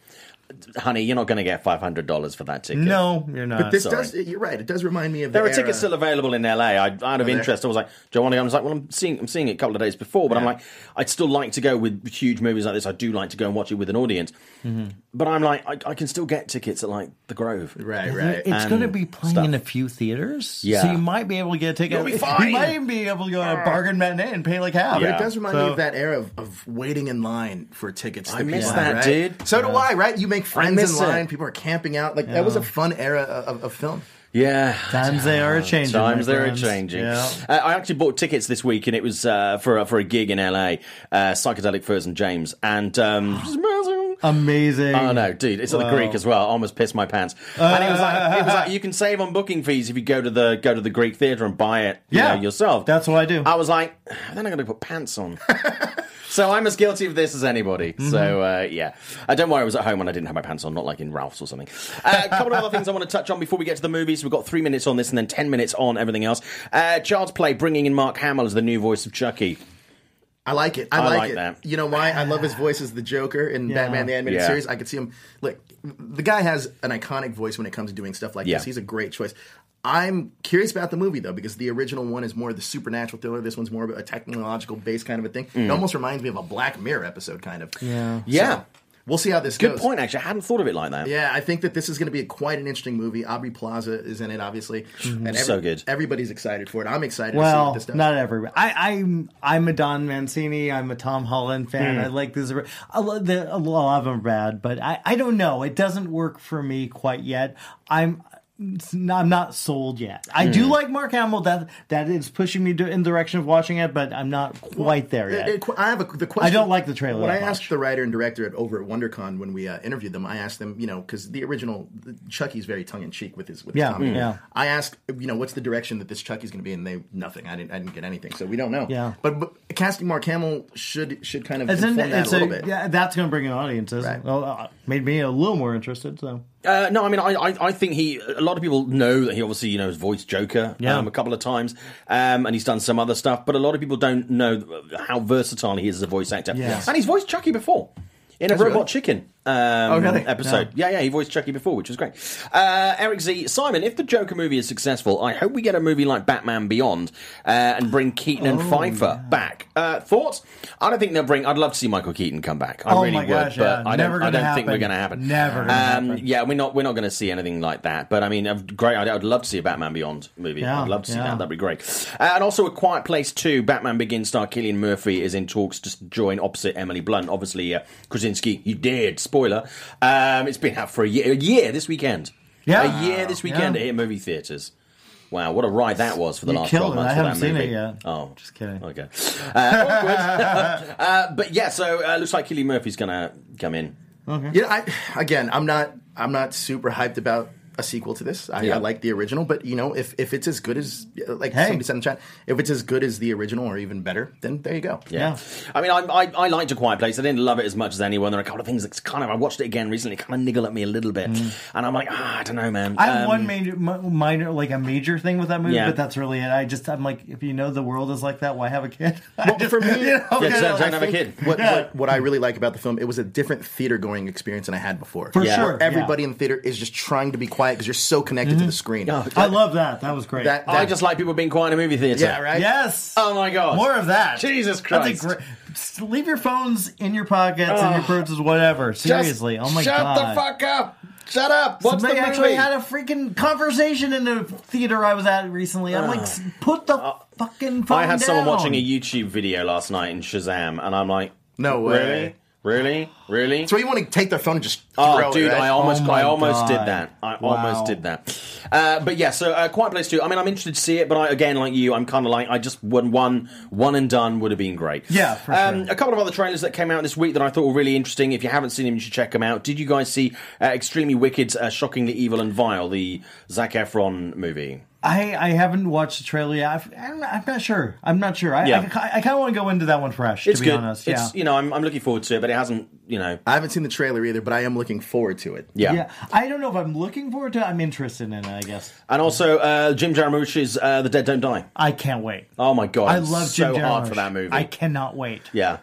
A: honey, you're not going to get five hundred dollars for that ticket.
C: no, you're not.
D: this
A: sorry.
D: does. You're right. It does remind me of
A: There
D: the
A: are tickets
D: era-
A: still available in LA. I, out of
D: there?
A: interest, I was like, "Do you want to go?" And I was like, "Well, I'm seeing, I'm seeing it a couple of days before, but I'm like, I'd still like to go with huge movies like this. I do like to go and watch it with an audience,
D: Mm-hmm.
A: but I'm like, I, I can still get tickets at like the Grove.
D: Right. Right.
C: It's going to be playing in a few theaters,
A: Yeah.
C: so you might be able to get a ticket.
A: You'll be
C: You
A: fine.
C: might even be able to go on a bargain matinee and pay like half.
A: Yeah.
D: It does remind me
C: So-
D: of that era of, of waiting in line for tickets. To
A: I miss
D: people,
A: that,
D: right?
A: dude.
D: So do I, right? You make friends in
A: miss it.
D: line. People are camping out. Like that was a fun era of, of film.
A: Yeah,
C: Times they are changing. my
A: Times they're
C: friends.
A: changing.
C: Yeah.
A: Uh, I actually bought tickets this week, and it was uh, for a, for a gig in LA, uh, psychedelic furs and James, and um,
C: Amazing.
A: Oh no, dude! It's at the
C: Wow.
A: Greek as well. I almost pissed my pants. and it was like, it was like you can save on booking fees if you go to the go to the Greek theater and buy it, you
C: Yeah.
A: know, yourself.
C: That's what I do.
A: I was like, "Ah, then I'm going to put pants on. so I'm as guilty of this as anybody. So uh, yeah, uh, don't worry, I was at home and I didn't have my pants on, not like in Ralph's or something. Uh, a couple of other things I want to touch on before we get to the movies. We've got three minutes on this and then ten minutes on everything else. Uh, Child's Play bringing in Mark Hamill as the new voice of Chucky.
D: I like it. I,
A: I
D: like,
A: like
D: it.
A: that.
D: You know why? I love his voice as the Joker in Batman the Animated
A: Yeah.
D: Series. I could see him. Look, the guy has an iconic voice when it comes to doing stuff like
A: Yeah.
D: this. He's a great choice. I'm curious about the movie though because the original one is more the supernatural thriller. This one's more of a technological based kind of a thing. It almost reminds me of a Black Mirror episode kind of. Yeah.
A: Mm. Yeah.
D: We'll see how this
A: Good
D: goes.
A: point. Actually, I hadn't thought of it like that.
D: Yeah, I think that this is going to be quite an interesting movie. Aubrey Plaza is in it, obviously, and
A: Mm-hmm. So good.
D: Everybody's excited for it. I'm excited. to see what
C: well,
D: this does.
C: not everybody. I, I'm I'm a Don Mancini. I'm a Tom Holland fan.
A: Hmm.
C: I like this. I love the, a lot of them are bad, but I, I don't know. It doesn't work for me quite yet. I'm it's not- I'm not sold yet. I do
A: Hmm.
C: like Mark Hamill. That that is pushing me to, in the direction of watching it, but I'm not quite there
D: It-
C: yet.
D: it- I have a, the question.
C: I don't like the trailer
D: When
C: that
D: I asked
C: much.
D: the writer and director at over at WonderCon when we uh, interviewed them, I asked them, you know, because the original the- Chucky's very tongue in cheek with his with
C: Yeah,
D: his comedy.
C: yeah.
D: I asked, you know, what's the direction that this Chucky's going to be, and they nothing. I didn't. I didn't get anything, so we don't know.
C: Yeah.
D: But, but casting Mark Hamill should should kind of
C: It's
D: inform
C: in-
D: that
C: it's
D: a little bit.
C: Yeah, that's going to bring in audiences.
D: Right.
C: Well, uh, made me a little more interested. So
A: Uh, no, I mean, I, I, I think he. A lot of people know that he obviously, you know, has voiced Joker
C: Yeah.
A: um, a couple of times, um, and he's done some other stuff. But a lot of people don't know how versatile he is as a voice actor.
C: Yes.
A: And he's voiced Chucky before in a
D: Has he
A: Robot
D: really?
A: Chicken um,
D: Oh, really?
A: episode. Yeah. yeah, he voiced Chucky before, which was great. Uh, Eric Z. Simon, if the Joker movie is successful, I hope we get a movie like Batman Beyond uh, and bring Keaton
C: Oh,
A: and Pfeiffer back. Uh, thoughts? I don't think they'll bring. I'd love to see Michael Keaton come back. I
C: Oh
A: really
C: my gosh,
A: would,
C: yeah.
A: but I don't,
C: Never
A: I
C: gonna
A: don't think we're
C: happen.
A: going to happen.
C: Never gonna
A: um,
C: happen.
A: yeah, we're not we're not going to see anything like that. But I mean, a great idea. I'd love to see a Batman Beyond movie.
C: Yeah,
A: I'd love to see
C: yeah.
A: that. That'd be great. Uh, and also, A Quiet Place Two. Batman Begins star Killian Murphy is in talks to join opposite Emily Blunt. Obviously, uh, Krasinski. You did spoiler. Um, it's been out for a year. A year this weekend.
C: Yeah.
A: a year this weekend
C: Yeah.
A: at movie theaters. Wow, what a ride that was for the
C: You
A: last 12
C: killed it.
A: months
C: I
A: for that
C: haven't seen
A: movie.
C: it yet.
A: Oh,
C: Just kidding.
A: Okay. Uh, awkward. uh, but yeah, so uh, looks like Killy Murphy's going to come in.
D: You know, I, again, I'm not I'm not super hyped about a sequel to this. I,
A: Yeah.
D: I like the original, but you know, if, if it's as good as like
C: Hey.
D: somebody said in chat, if it's as good as the original or even better, then there you go.
A: Yeah.
C: Yeah.
A: I mean, I, I, I liked A Quiet Place. I didn't love it as much as anyone. There are a couple of things that kind of, I watched it again recently, kind of niggle at me a little bit. And I'm like, ah, I don't know, man.
C: Mm. I have
A: Um,
C: one major, mi- minor, like a major thing with that movie,
A: Yeah.
C: but that's really it. I just, I'm like, if you know the world is like that, why have a kid?
D: Well, for me,
A: Yeah, 'cause I don't
D: I
A: have a
D: think
A: kid.
D: What, what what I really like about the film, it was a different theater going experience than I had before.
C: For
D: Where
C: sure,
D: everybody
C: yeah.
D: in the theater is just trying to be quiet because you're so connected to the screen.
A: Oh,
C: I love that. That was great.
D: That-
A: I just like people being quiet in a movie theatre.
D: Yeah, right.
C: yes.
A: Oh my God.
C: More of that.
A: Jesus Christ.
C: That's a great. s- Leave your phones in your pockets and your purses, whatever. Seriously. oh my
A: shut
C: god.
A: Shut the fuck up. Shut up. What's
C: Somebody
A: the movie?
C: actually had a freaking conversation in the theater I was at recently. I'm like, s- put the fucking phone
A: Uh, I had someone
C: down.
A: watching a YouTube video last night in Shazam, and I'm like,
D: No way.
A: Really? Really? Really?
D: So you want to take their phone and just throw
A: Oh, dude,
D: it, right?
A: I almost,
C: Oh
A: I
C: my
A: almost
C: God.
A: did that. I almost
C: Wow.
A: did that. Uh, but yeah, so uh, Quiet Place Two. I mean, I'm interested to see it, but I, again, like you, I'm kind of like, I just one, one, one and done would have been great.
C: Yeah, for
A: um,
C: sure.
A: A couple of other trailers that came out this week that I thought were really interesting. If you haven't seen them, you should check them out. Did you guys see uh, Extremely Wicked, uh, Shockingly Evil and Vile, the Zac Efron movie?
C: I, I haven't watched the trailer yet. I've, I'm, not, I'm not sure. I'm not sure. I,
A: Yeah.
C: I, kind of want to go into that one fresh,
A: It's
C: to be
A: good.
C: honest. Yeah. Uh,
A: It's you know, I'm, I'm looking forward to it, but it hasn't, you know,
D: I haven't seen the trailer either, but I am looking forward to it.
A: yeah.
C: yeah. I don't know if I'm looking forward to it. I'm interested in it, I guess.
A: And also uh, Jim Jarmusch's uh, The Dead Don't Die.
C: I can't wait.
A: Oh my god,
C: I
A: it's
C: love
A: so
C: Jim
A: hard
C: Jarmusch.
A: for that movie.
C: I cannot wait.
A: yeah.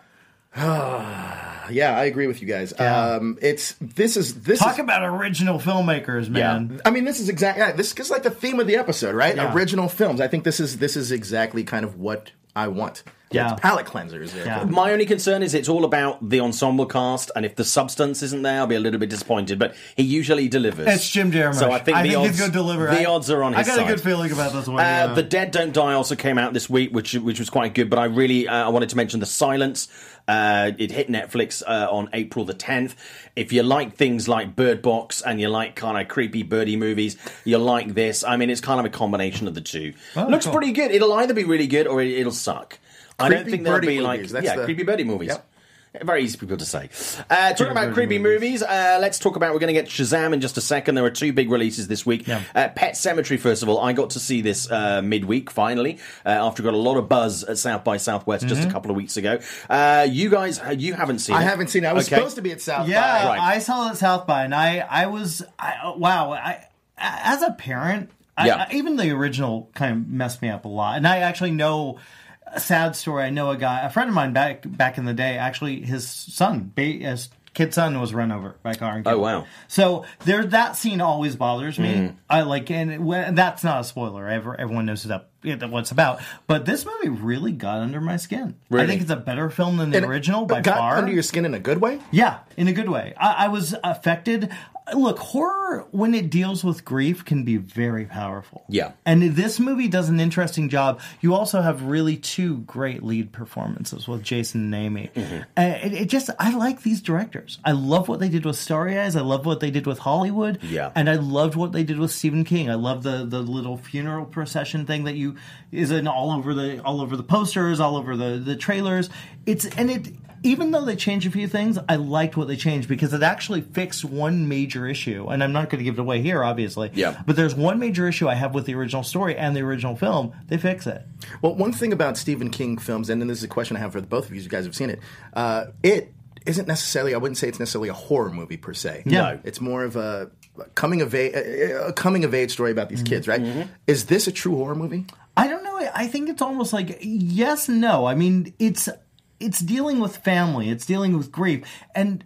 D: Yeah, I agree with you guys. Um, it's this is this
C: Talk
D: is,
C: about original filmmakers, man.
D: I mean, this is exactly yeah, this is like the theme of the episode, right?
C: Yeah.
D: Original films. I think this is this is exactly kind of what I want.
C: Yeah.
D: it's palate cleansers.
C: Yeah.
A: My only concern is it's all about the ensemble cast, and if the substance isn't there, I'll be a little bit disappointed. But he usually delivers.
C: It's Jim Jarmusch.
A: So I think, the odds,
C: he's going to deliver.
A: The
C: I-
A: odds are on his
C: I got
A: side.
C: a good feeling about this one.
A: Uh,
C: yeah.
A: The Dead Don't Die also came out this week, which which was quite good. But I really uh, I wanted to mention the Silence. Uh, it hit Netflix uh, on April the 10th. If you like things like Bird Box and you like kind of creepy birdie movies, you'll like this. I mean, it's kind of a combination of the two. Looks
D: Oh,
C: cool.
A: pretty good. It'll either be really good or it, it'll suck. I don't
D: Creepy
A: think there'll
D: birdie
A: be like
D: movies, that's
A: yeah
D: the-
A: creepy birdie movies.
D: Yep.
A: Very easy for people to say. Uh, talking about creepy movies, uh, let's talk about. We're going to get Shazam in just a second. There are two big releases this week.
C: Yeah.
A: Uh, Pet Cemetery, first of all, I got to see this uh, midweek finally uh, after got a lot of buzz at South by Southwest just a couple of weeks ago. Uh, you guys, you haven't seen.
D: Mm-hmm. I
A: it.
D: haven't seen it. I was
A: Okay.
D: supposed to be at South
C: Yeah,
D: by.
A: Right.
C: I saw it at South by, and I, I was, I, wow, I, as a parent, I,
A: Yeah.
C: I- even the original kind of messed me up a lot. And I actually know a sad story. I know a guy, a friend of mine back back in the day, actually his son, ba- his kid son, was run over by a car. And
A: Oh
C: killed.
A: wow!
C: So there, that scene always bothers me. I like, and it, when, that's not a spoiler. Ever, everyone knows that what it's about. But this movie really got under my skin.
A: Really?
C: I think it's a better film than the
D: And it
C: original by
D: got
C: far.
D: under your skin in a good way.
C: Yeah, in a good way. I, I was affected. Look, horror when it deals with grief can be very powerful.
A: Yeah.
C: and this movie does an interesting job. You also have really two great lead performances with Jason and Amy.
A: Mm-hmm.
C: Uh, it, it just, I like these directors. I love what they did with Starry Eyes. I love what they did with Hollywood.
A: Yeah.
C: and I loved what they did with Stephen King. I love the the little funeral procession thing that you is in all over the all over the posters, all over the the trailers. It's and it even though they changed a few things, I liked what they changed because it actually fixed one major issue. And I'm not going to give it away here, obviously.
A: Yeah.
C: But there's one major issue I have with the original story and the original film. They fix it.
D: Well, one thing about Stephen King films, and then this is a question I have for the both of you. You guys have seen it. Uh, it isn't necessarily. I wouldn't say it's necessarily a horror movie per se.
C: Yeah. No.
D: it's more of a coming of age, a coming of age story about these kids. Right?
C: Mm-hmm.
D: Is this a true horror movie?
C: I don't know. I think it's almost like yes, no. I mean, it's it's dealing with family. It's dealing with grief, and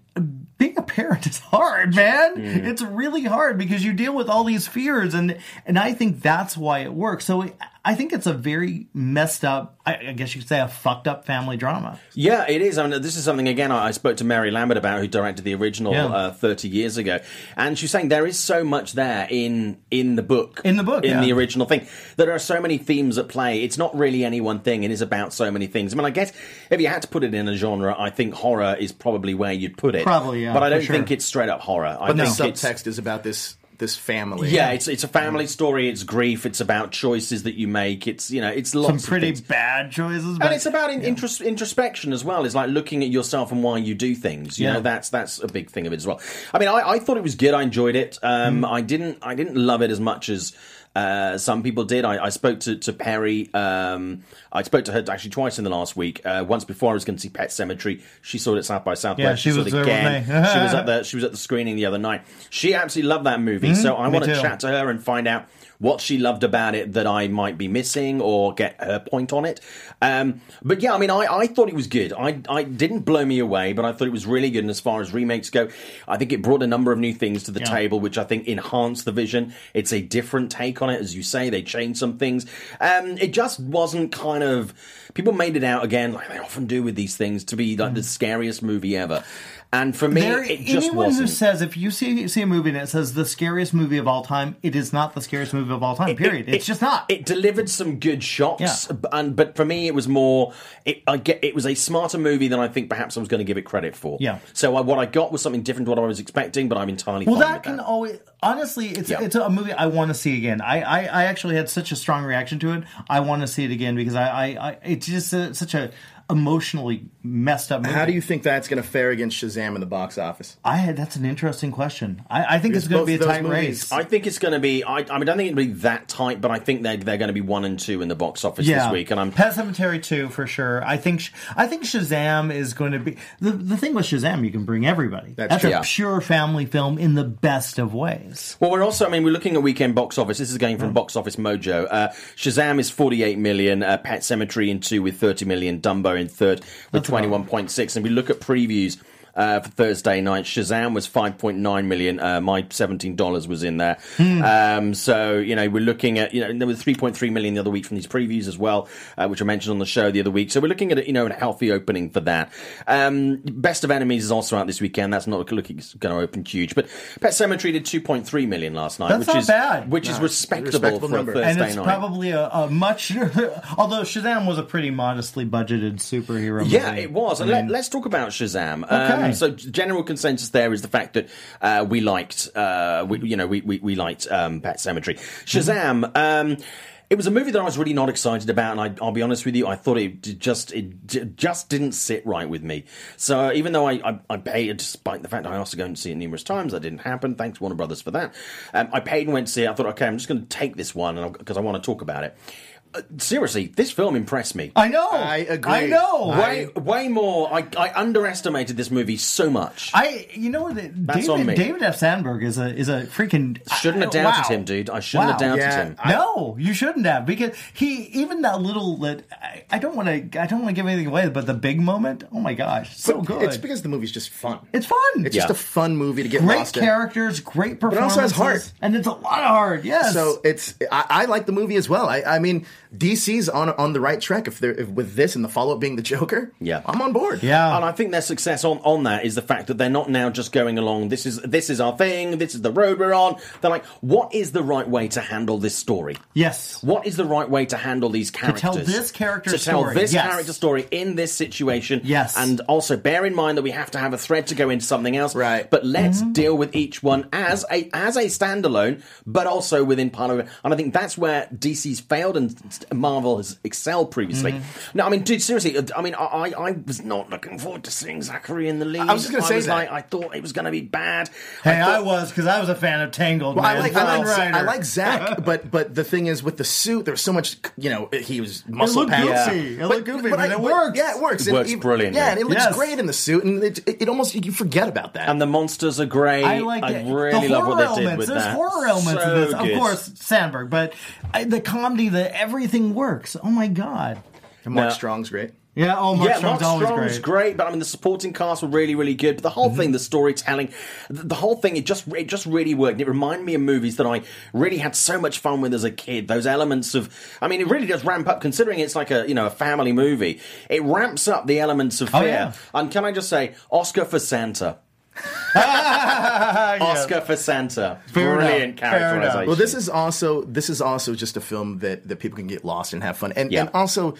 C: being a parent is hard, man.
A: Mm-hmm.
C: It's really hard because you deal with all these fears, and and I think that's why it works. So it, I think it's a very messed up. I, I guess you could say a fucked up family drama.
A: Yeah, it is. I mean, this is something again. I I spoke to Mary Lambert about, who directed the original
C: Yeah.
A: uh, thirty years ago, and she's saying there is so much there in in the book,
C: In the book,
A: in
C: yeah.
A: the original thing. That there are so many themes at play. It's not really any one thing. It is about so many things. I mean, I guess if you had to put it in a genre, I think horror is probably where you'd put it.
C: Probably, yeah,
A: But I
C: for
A: don't
C: sure.
A: think it's straight up horror. I
D: But the
A: think it's-
D: subtext is about this this family.
A: Yeah, it's it's a family story. It's grief. It's about choices that you make. It's you know, it's lots
C: Some
A: of
C: pretty
A: things.
C: bad choices, but
A: and it's about in, intros- introspection as well. It's like looking at yourself and why you do things. You
C: Yeah.
A: know, that's that's a big thing of it as well. I mean, I, I thought it was good. I enjoyed it. Um,
C: Mm.
A: I didn't I didn't love it as much as. Uh, some people did. I, I spoke to to Perry. Um, I spoke to her actually twice in the last week. Uh, once before, I was going to see Pet Cemetery. She saw it at South by Southwest.
C: Yeah, she
A: saw
C: was
A: it
C: there with
A: again.
C: me.
A: she was at the she was at the screening the other night. She absolutely loved that movie. so I
C: Hmm? me
A: want to
C: too.
A: chat to her and find out what she loved about it that I might be missing or get her point on it. Um, but yeah, I mean, I, I thought it was good. I, I it didn't blow me away, but I thought it was really good. And as far as remakes go, I think it brought a number of new things to the table, which I think enhanced the vision. It's a different take on it, as you say. They changed some things. Um, it just wasn't kind of. People made it out again, like they often do with these things, to be
C: Hmm.
A: like the scariest movie ever. And for me,
C: there,
A: it just
C: anyone
A: wasn't.
C: who says if you see see a movie and it says the scariest movie of all time, it is not the scariest movie of all time. Period.
A: It-
C: it's just not.
A: It delivered some good shots,
C: Yeah.
A: b- and but for me, it was more. It, I get it was a smarter movie than I think perhaps I was going to give it credit for.
C: Yeah.
A: So I, what I got was something different to what I was expecting, but I'm entirely
C: well,
A: fine
C: that
A: with
C: can always. Honestly, it's
A: Yeah.
C: it's a movie I want to see again. I, I, I actually had such a strong reaction to it. I want to see it again because I, I, I it's just a, such a emotionally messed up movie.
D: How do you think that's going to fare against Shazam in the box office?
C: I had that's an interesting question. I, I think
D: Because
C: it's going to
D: both
C: be a
D: of those
C: tight
D: movies-
C: race.
A: I think it's going to be. I, I mean, I don't think it'll be that tight, but I think they're they're going to be one and two in the box office this week, and I'm
C: Pet Cemetery two for sure. I think sh- I think Shazam is going to be the, the thing with Shazam. You can bring everybody. That's,
D: true.
C: a
A: Yeah.
C: pure family film in the best of ways.
A: Well, we're also, I mean, we're looking at weekend box office. This is going from Box Office Mojo. Uh, Shazam is 48 million, uh, Pet Cemetery in two with 30 million, Dumbo in third with 21.6. And we look at previews. Uh, for Thursday night, Shazam was 5.9 million. Uh, my $17 was in there.
C: Hmm.
A: Um, so, you know, we're looking at, you know, there was 3.3 million the other week from these previews as well, uh, which I mentioned on the show the other week. So we're looking at, you know, a healthy opening for that. Um, Best of Enemies is also out this weekend. That's not looking going to open huge. But Pet Cemetery did 2.3 million last night
C: That's
A: which
C: not
A: is
C: bad.
A: which is
D: No, it's a
A: respectable,
D: respectable
A: for
D: number.
A: a Thursday
C: and it's
A: night.
C: probably a, a much although Shazam was a pretty modestly budgeted superhero movie.
A: yeah, it was. And let, us talk about Shazam. Um,
C: Okay.
A: so, g- general consensus there is the fact that uh, we liked, uh, we, you know, we, we, we liked um, Pet Cemetery. Shazam. Um, it was a movie that I was really not excited about, and I, I'll be honest with you, I thought it d- just it j- just didn't sit right with me. So even though I, I, I paid, despite the fact I asked to go and see it numerous times, that didn't happen. Thanks Warner Brothers for that. Um, I paid and went to see it. I thought, okay, I'm just going to take this one because I want to talk about it. Uh, seriously, this film impressed me.
C: I know.
D: I agree.
C: I know.
A: Oh, Way, way more. I, I underestimated this movie so much.
C: I you know that
A: That's
C: David,
A: on me.
C: David F. Sandberg is a is a freaking
A: shouldn't have
C: I-
A: doubted
C: wow.
A: him, dude. I shouldn't have
C: Wow.
A: doubted
D: Yeah.
A: him.
C: no, you shouldn't have because he even that little that I, I don't want to I don't want to give anything away, but the big moment, oh my gosh, so
D: But
C: good.
D: It's because the movie's just fun.
C: It's fun.
D: It's
A: Yeah.
D: just a fun movie to get
C: great
D: lost in.
C: characters, great
D: it
C: performances,
D: also has heart.
C: and it's a lot of heart. Yes.
D: So it's I, I like the movie as well. I, I mean DC's on on the right track if they're if, with this and the follow up being the Joker.
A: Yeah.
D: I'm on board.
C: yeah,
A: And I think their success on, on that is the fact that they're not now just going along. This is this is our thing. This is the road we're on. They're like, what is the right way to handle this story?
C: yes.
A: What is the right way to handle these characters?
C: tell this character
A: to tell
C: story,
A: this
C: yes.
A: character story in this situation.
C: Yes.
A: and also bear in mind that we have to have a thread to go into something else.
D: Right.
A: But let's deal with each one as a as a standalone, but also within part of it. And I think that's where DC's failed and Marvel has excelled previously. No, I mean, dude, seriously. uh, I mean, I, I I was not looking forward to seeing Zachary in the lead.
D: I was just gonna say
A: was
D: that.
A: like, I thought it was going to be bad.
C: Hey, I,
A: thought-
C: was because I was a fan of Tangled.
D: Well, I
C: man.
D: like, I
C: Flynn
D: like
C: Rider.
D: I like Zach, but but the thing is with the suit, there was so much. You know, he was muscle
C: looked
D: packed.
C: goofy. It looked goofy, but
D: I-
C: it works.
D: Yeah, it works.
A: It works
D: even-
A: brilliantly.
D: Yeah, and it looks
C: Yes.
D: great in the suit, and it, it, it almost you forget about that.
A: And the monsters are great.
C: I like it.
A: really
C: the
A: love what
C: horror
A: they did
C: elements.
A: with
C: There's
A: that.
C: horror elements
A: so
C: in this,
A: good.
C: of course, Sandberg. But I, the comedy, the everything works. Oh my god.
D: And Mark
A: No.
D: Strong's great.
C: Yeah. Oh, Mark
A: yeah,
C: Strong's
A: Mark
C: always
A: Strong's
C: great. Mm-hmm.
A: great. but I mean the supporting cast were really, really good. But the whole thing, the storytelling, th- the whole thing, it just it just really worked. And it reminded me of movies that I really had so much fun with as a kid. Those elements of, I mean, it really does ramp up. Considering it's like a you know a family movie, it ramps up the elements of fear.
C: Oh, yeah.
A: And can I just say, Oscar for Santa. Oscar for Santa.
C: Fair enough.
A: Brilliant
C: Fair
A: characterization.
C: enough.
D: Well, this is also this is also just a film that that people can get lost and have fun, and
A: Yeah.
D: and also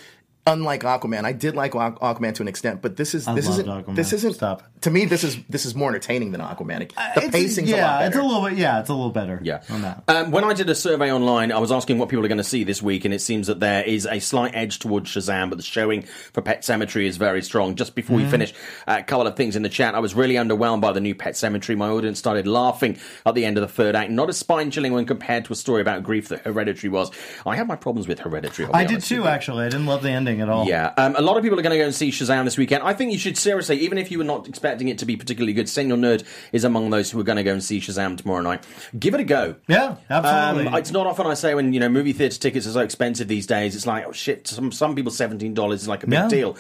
D: unlike Aquaman, I did like Aqu- Aquaman to an extent, but this is this
C: loved
D: isn't
C: Aquaman.
D: this isn't
C: Stop.
D: to me. This is this is more entertaining than Aquaman. The
C: Uh, It's-
D: pacing's a
C: yeah,
D: lot better.
C: it's a little bit. Yeah, it's a little better.
A: Yeah.
C: on that.
A: Um, when I did a survey online, I was asking what people are going to see this week, and it seems that there is a slight edge towards Shazam, but the showing for Pet Cemetery is very strong. Just before
C: Mm.
A: we finish, uh, a couple of things in the chat. I was really underwhelmed by the new Pet Cemetery. My audience started laughing at the end of the third act. Not as spine chilling when compared to a story about grief that Hereditary was. I had my problems with Hereditary. I'll be
C: I did
A: honest with
C: too.
A: you.
C: Actually, I didn't love the ending at all.
A: Yeah, um, a lot of people are going to go and see Shazam this weekend. I think you should seriously, even if you were not expecting it to be particularly good, Senor Nerd is among those who are going to go and see Shazam tomorrow night. Give it a go.
C: Yeah, absolutely.
A: Um, it's not often I say when you know movie theater tickets are so expensive these days. It's like oh shit, some some people seventeen dollars is like a big
C: Yeah.
A: deal.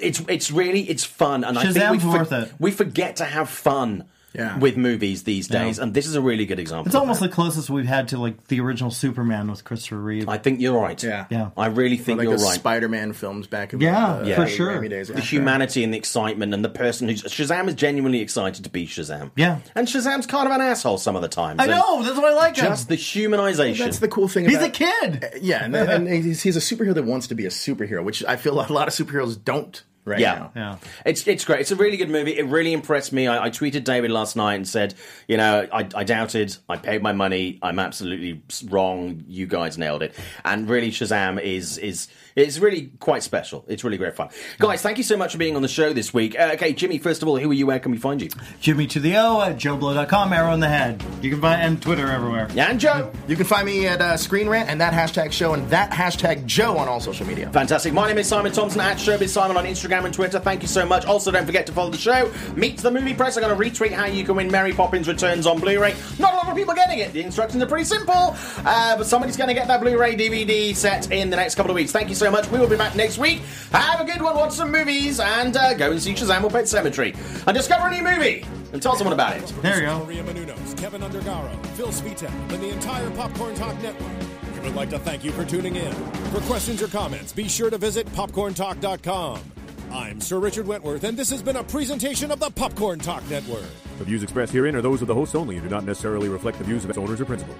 A: It's it's really it's fun, and I think
C: Shazam's
A: we,
C: worth it.
A: we forget to have fun
D: Yeah.
A: with movies these days, and this is a really good example.
C: It's
A: of
C: almost
A: that.
C: the closest we've had to like the original Superman with Christopher Reeve.
A: I think you're right.
D: Yeah.
C: Yeah.
A: I really think
D: like
A: you're
D: the
A: right.
D: Spider-Man films back in
C: Yeah,
D: the,
C: Yeah. for sure.
D: Raimi days.
A: the humanity and the excitement and the person who's Shazam is genuinely excited to be Shazam.
C: Yeah.
A: and Shazam's kind of an asshole some of the times.
C: I
A: and
C: know. That's what I like. him.
A: Just the humanization.
D: That's the cool thing.
C: He's
D: about, Uh,
C: a
A: Uh,
C: kid.
D: Yeah, and, and he's, he's a superhero that wants to be a superhero, which I feel a lot of superheroes don't right
A: yeah.
D: now.
C: Yeah.
A: It's it's great. It's a really good movie. It really impressed me. I, I tweeted David last night and said, you know, I, I doubted. I paid my money. I'm absolutely s- wrong. You guys nailed it. And really, Shazam is is it's really quite special. It's really great fun, guys. Thank you so much for being on the show this week. Uh, okay, Jimmy. First of all, who are you? Where can we find you?
C: Jimmy to the O at joeblow.com, arrow in the head. You can find and Twitter everywhere.
A: And Joe.
D: You can find me at uh, Screen Rant and that hashtag show and that hashtag Joe on all social media.
A: Fantastic. My name is Simon Thompson at Showbiz Simon on Instagram and Twitter. Thank you so much. Also, don't forget to follow the show. Meet the movie press. I'm going to retweet how you can win Mary Poppins Returns on Blu-ray. Not a lot of people getting it. The instructions are pretty simple, uh, but somebody's going to get that Blu-ray DVD set in the next couple of weeks. Thank you so much. We will be back next week. Have a good one. Watch some movies and uh, go and see Shazam or Pet Cemetery and discover a new movie and tell someone about it.
C: There you go.
F: Maria Menounos, Kevin Undergaro, Phil Svitek, and the entire Popcorn Talk Network. We would like to thank you for tuning in. For questions or comments, be sure to visit popcorntalk.com. I'm Sir Richard Wentworth, and this has been a presentation of the Popcorn Talk Network.
G: The views expressed herein are those of the hosts only and do not necessarily reflect the views of its owners or principals.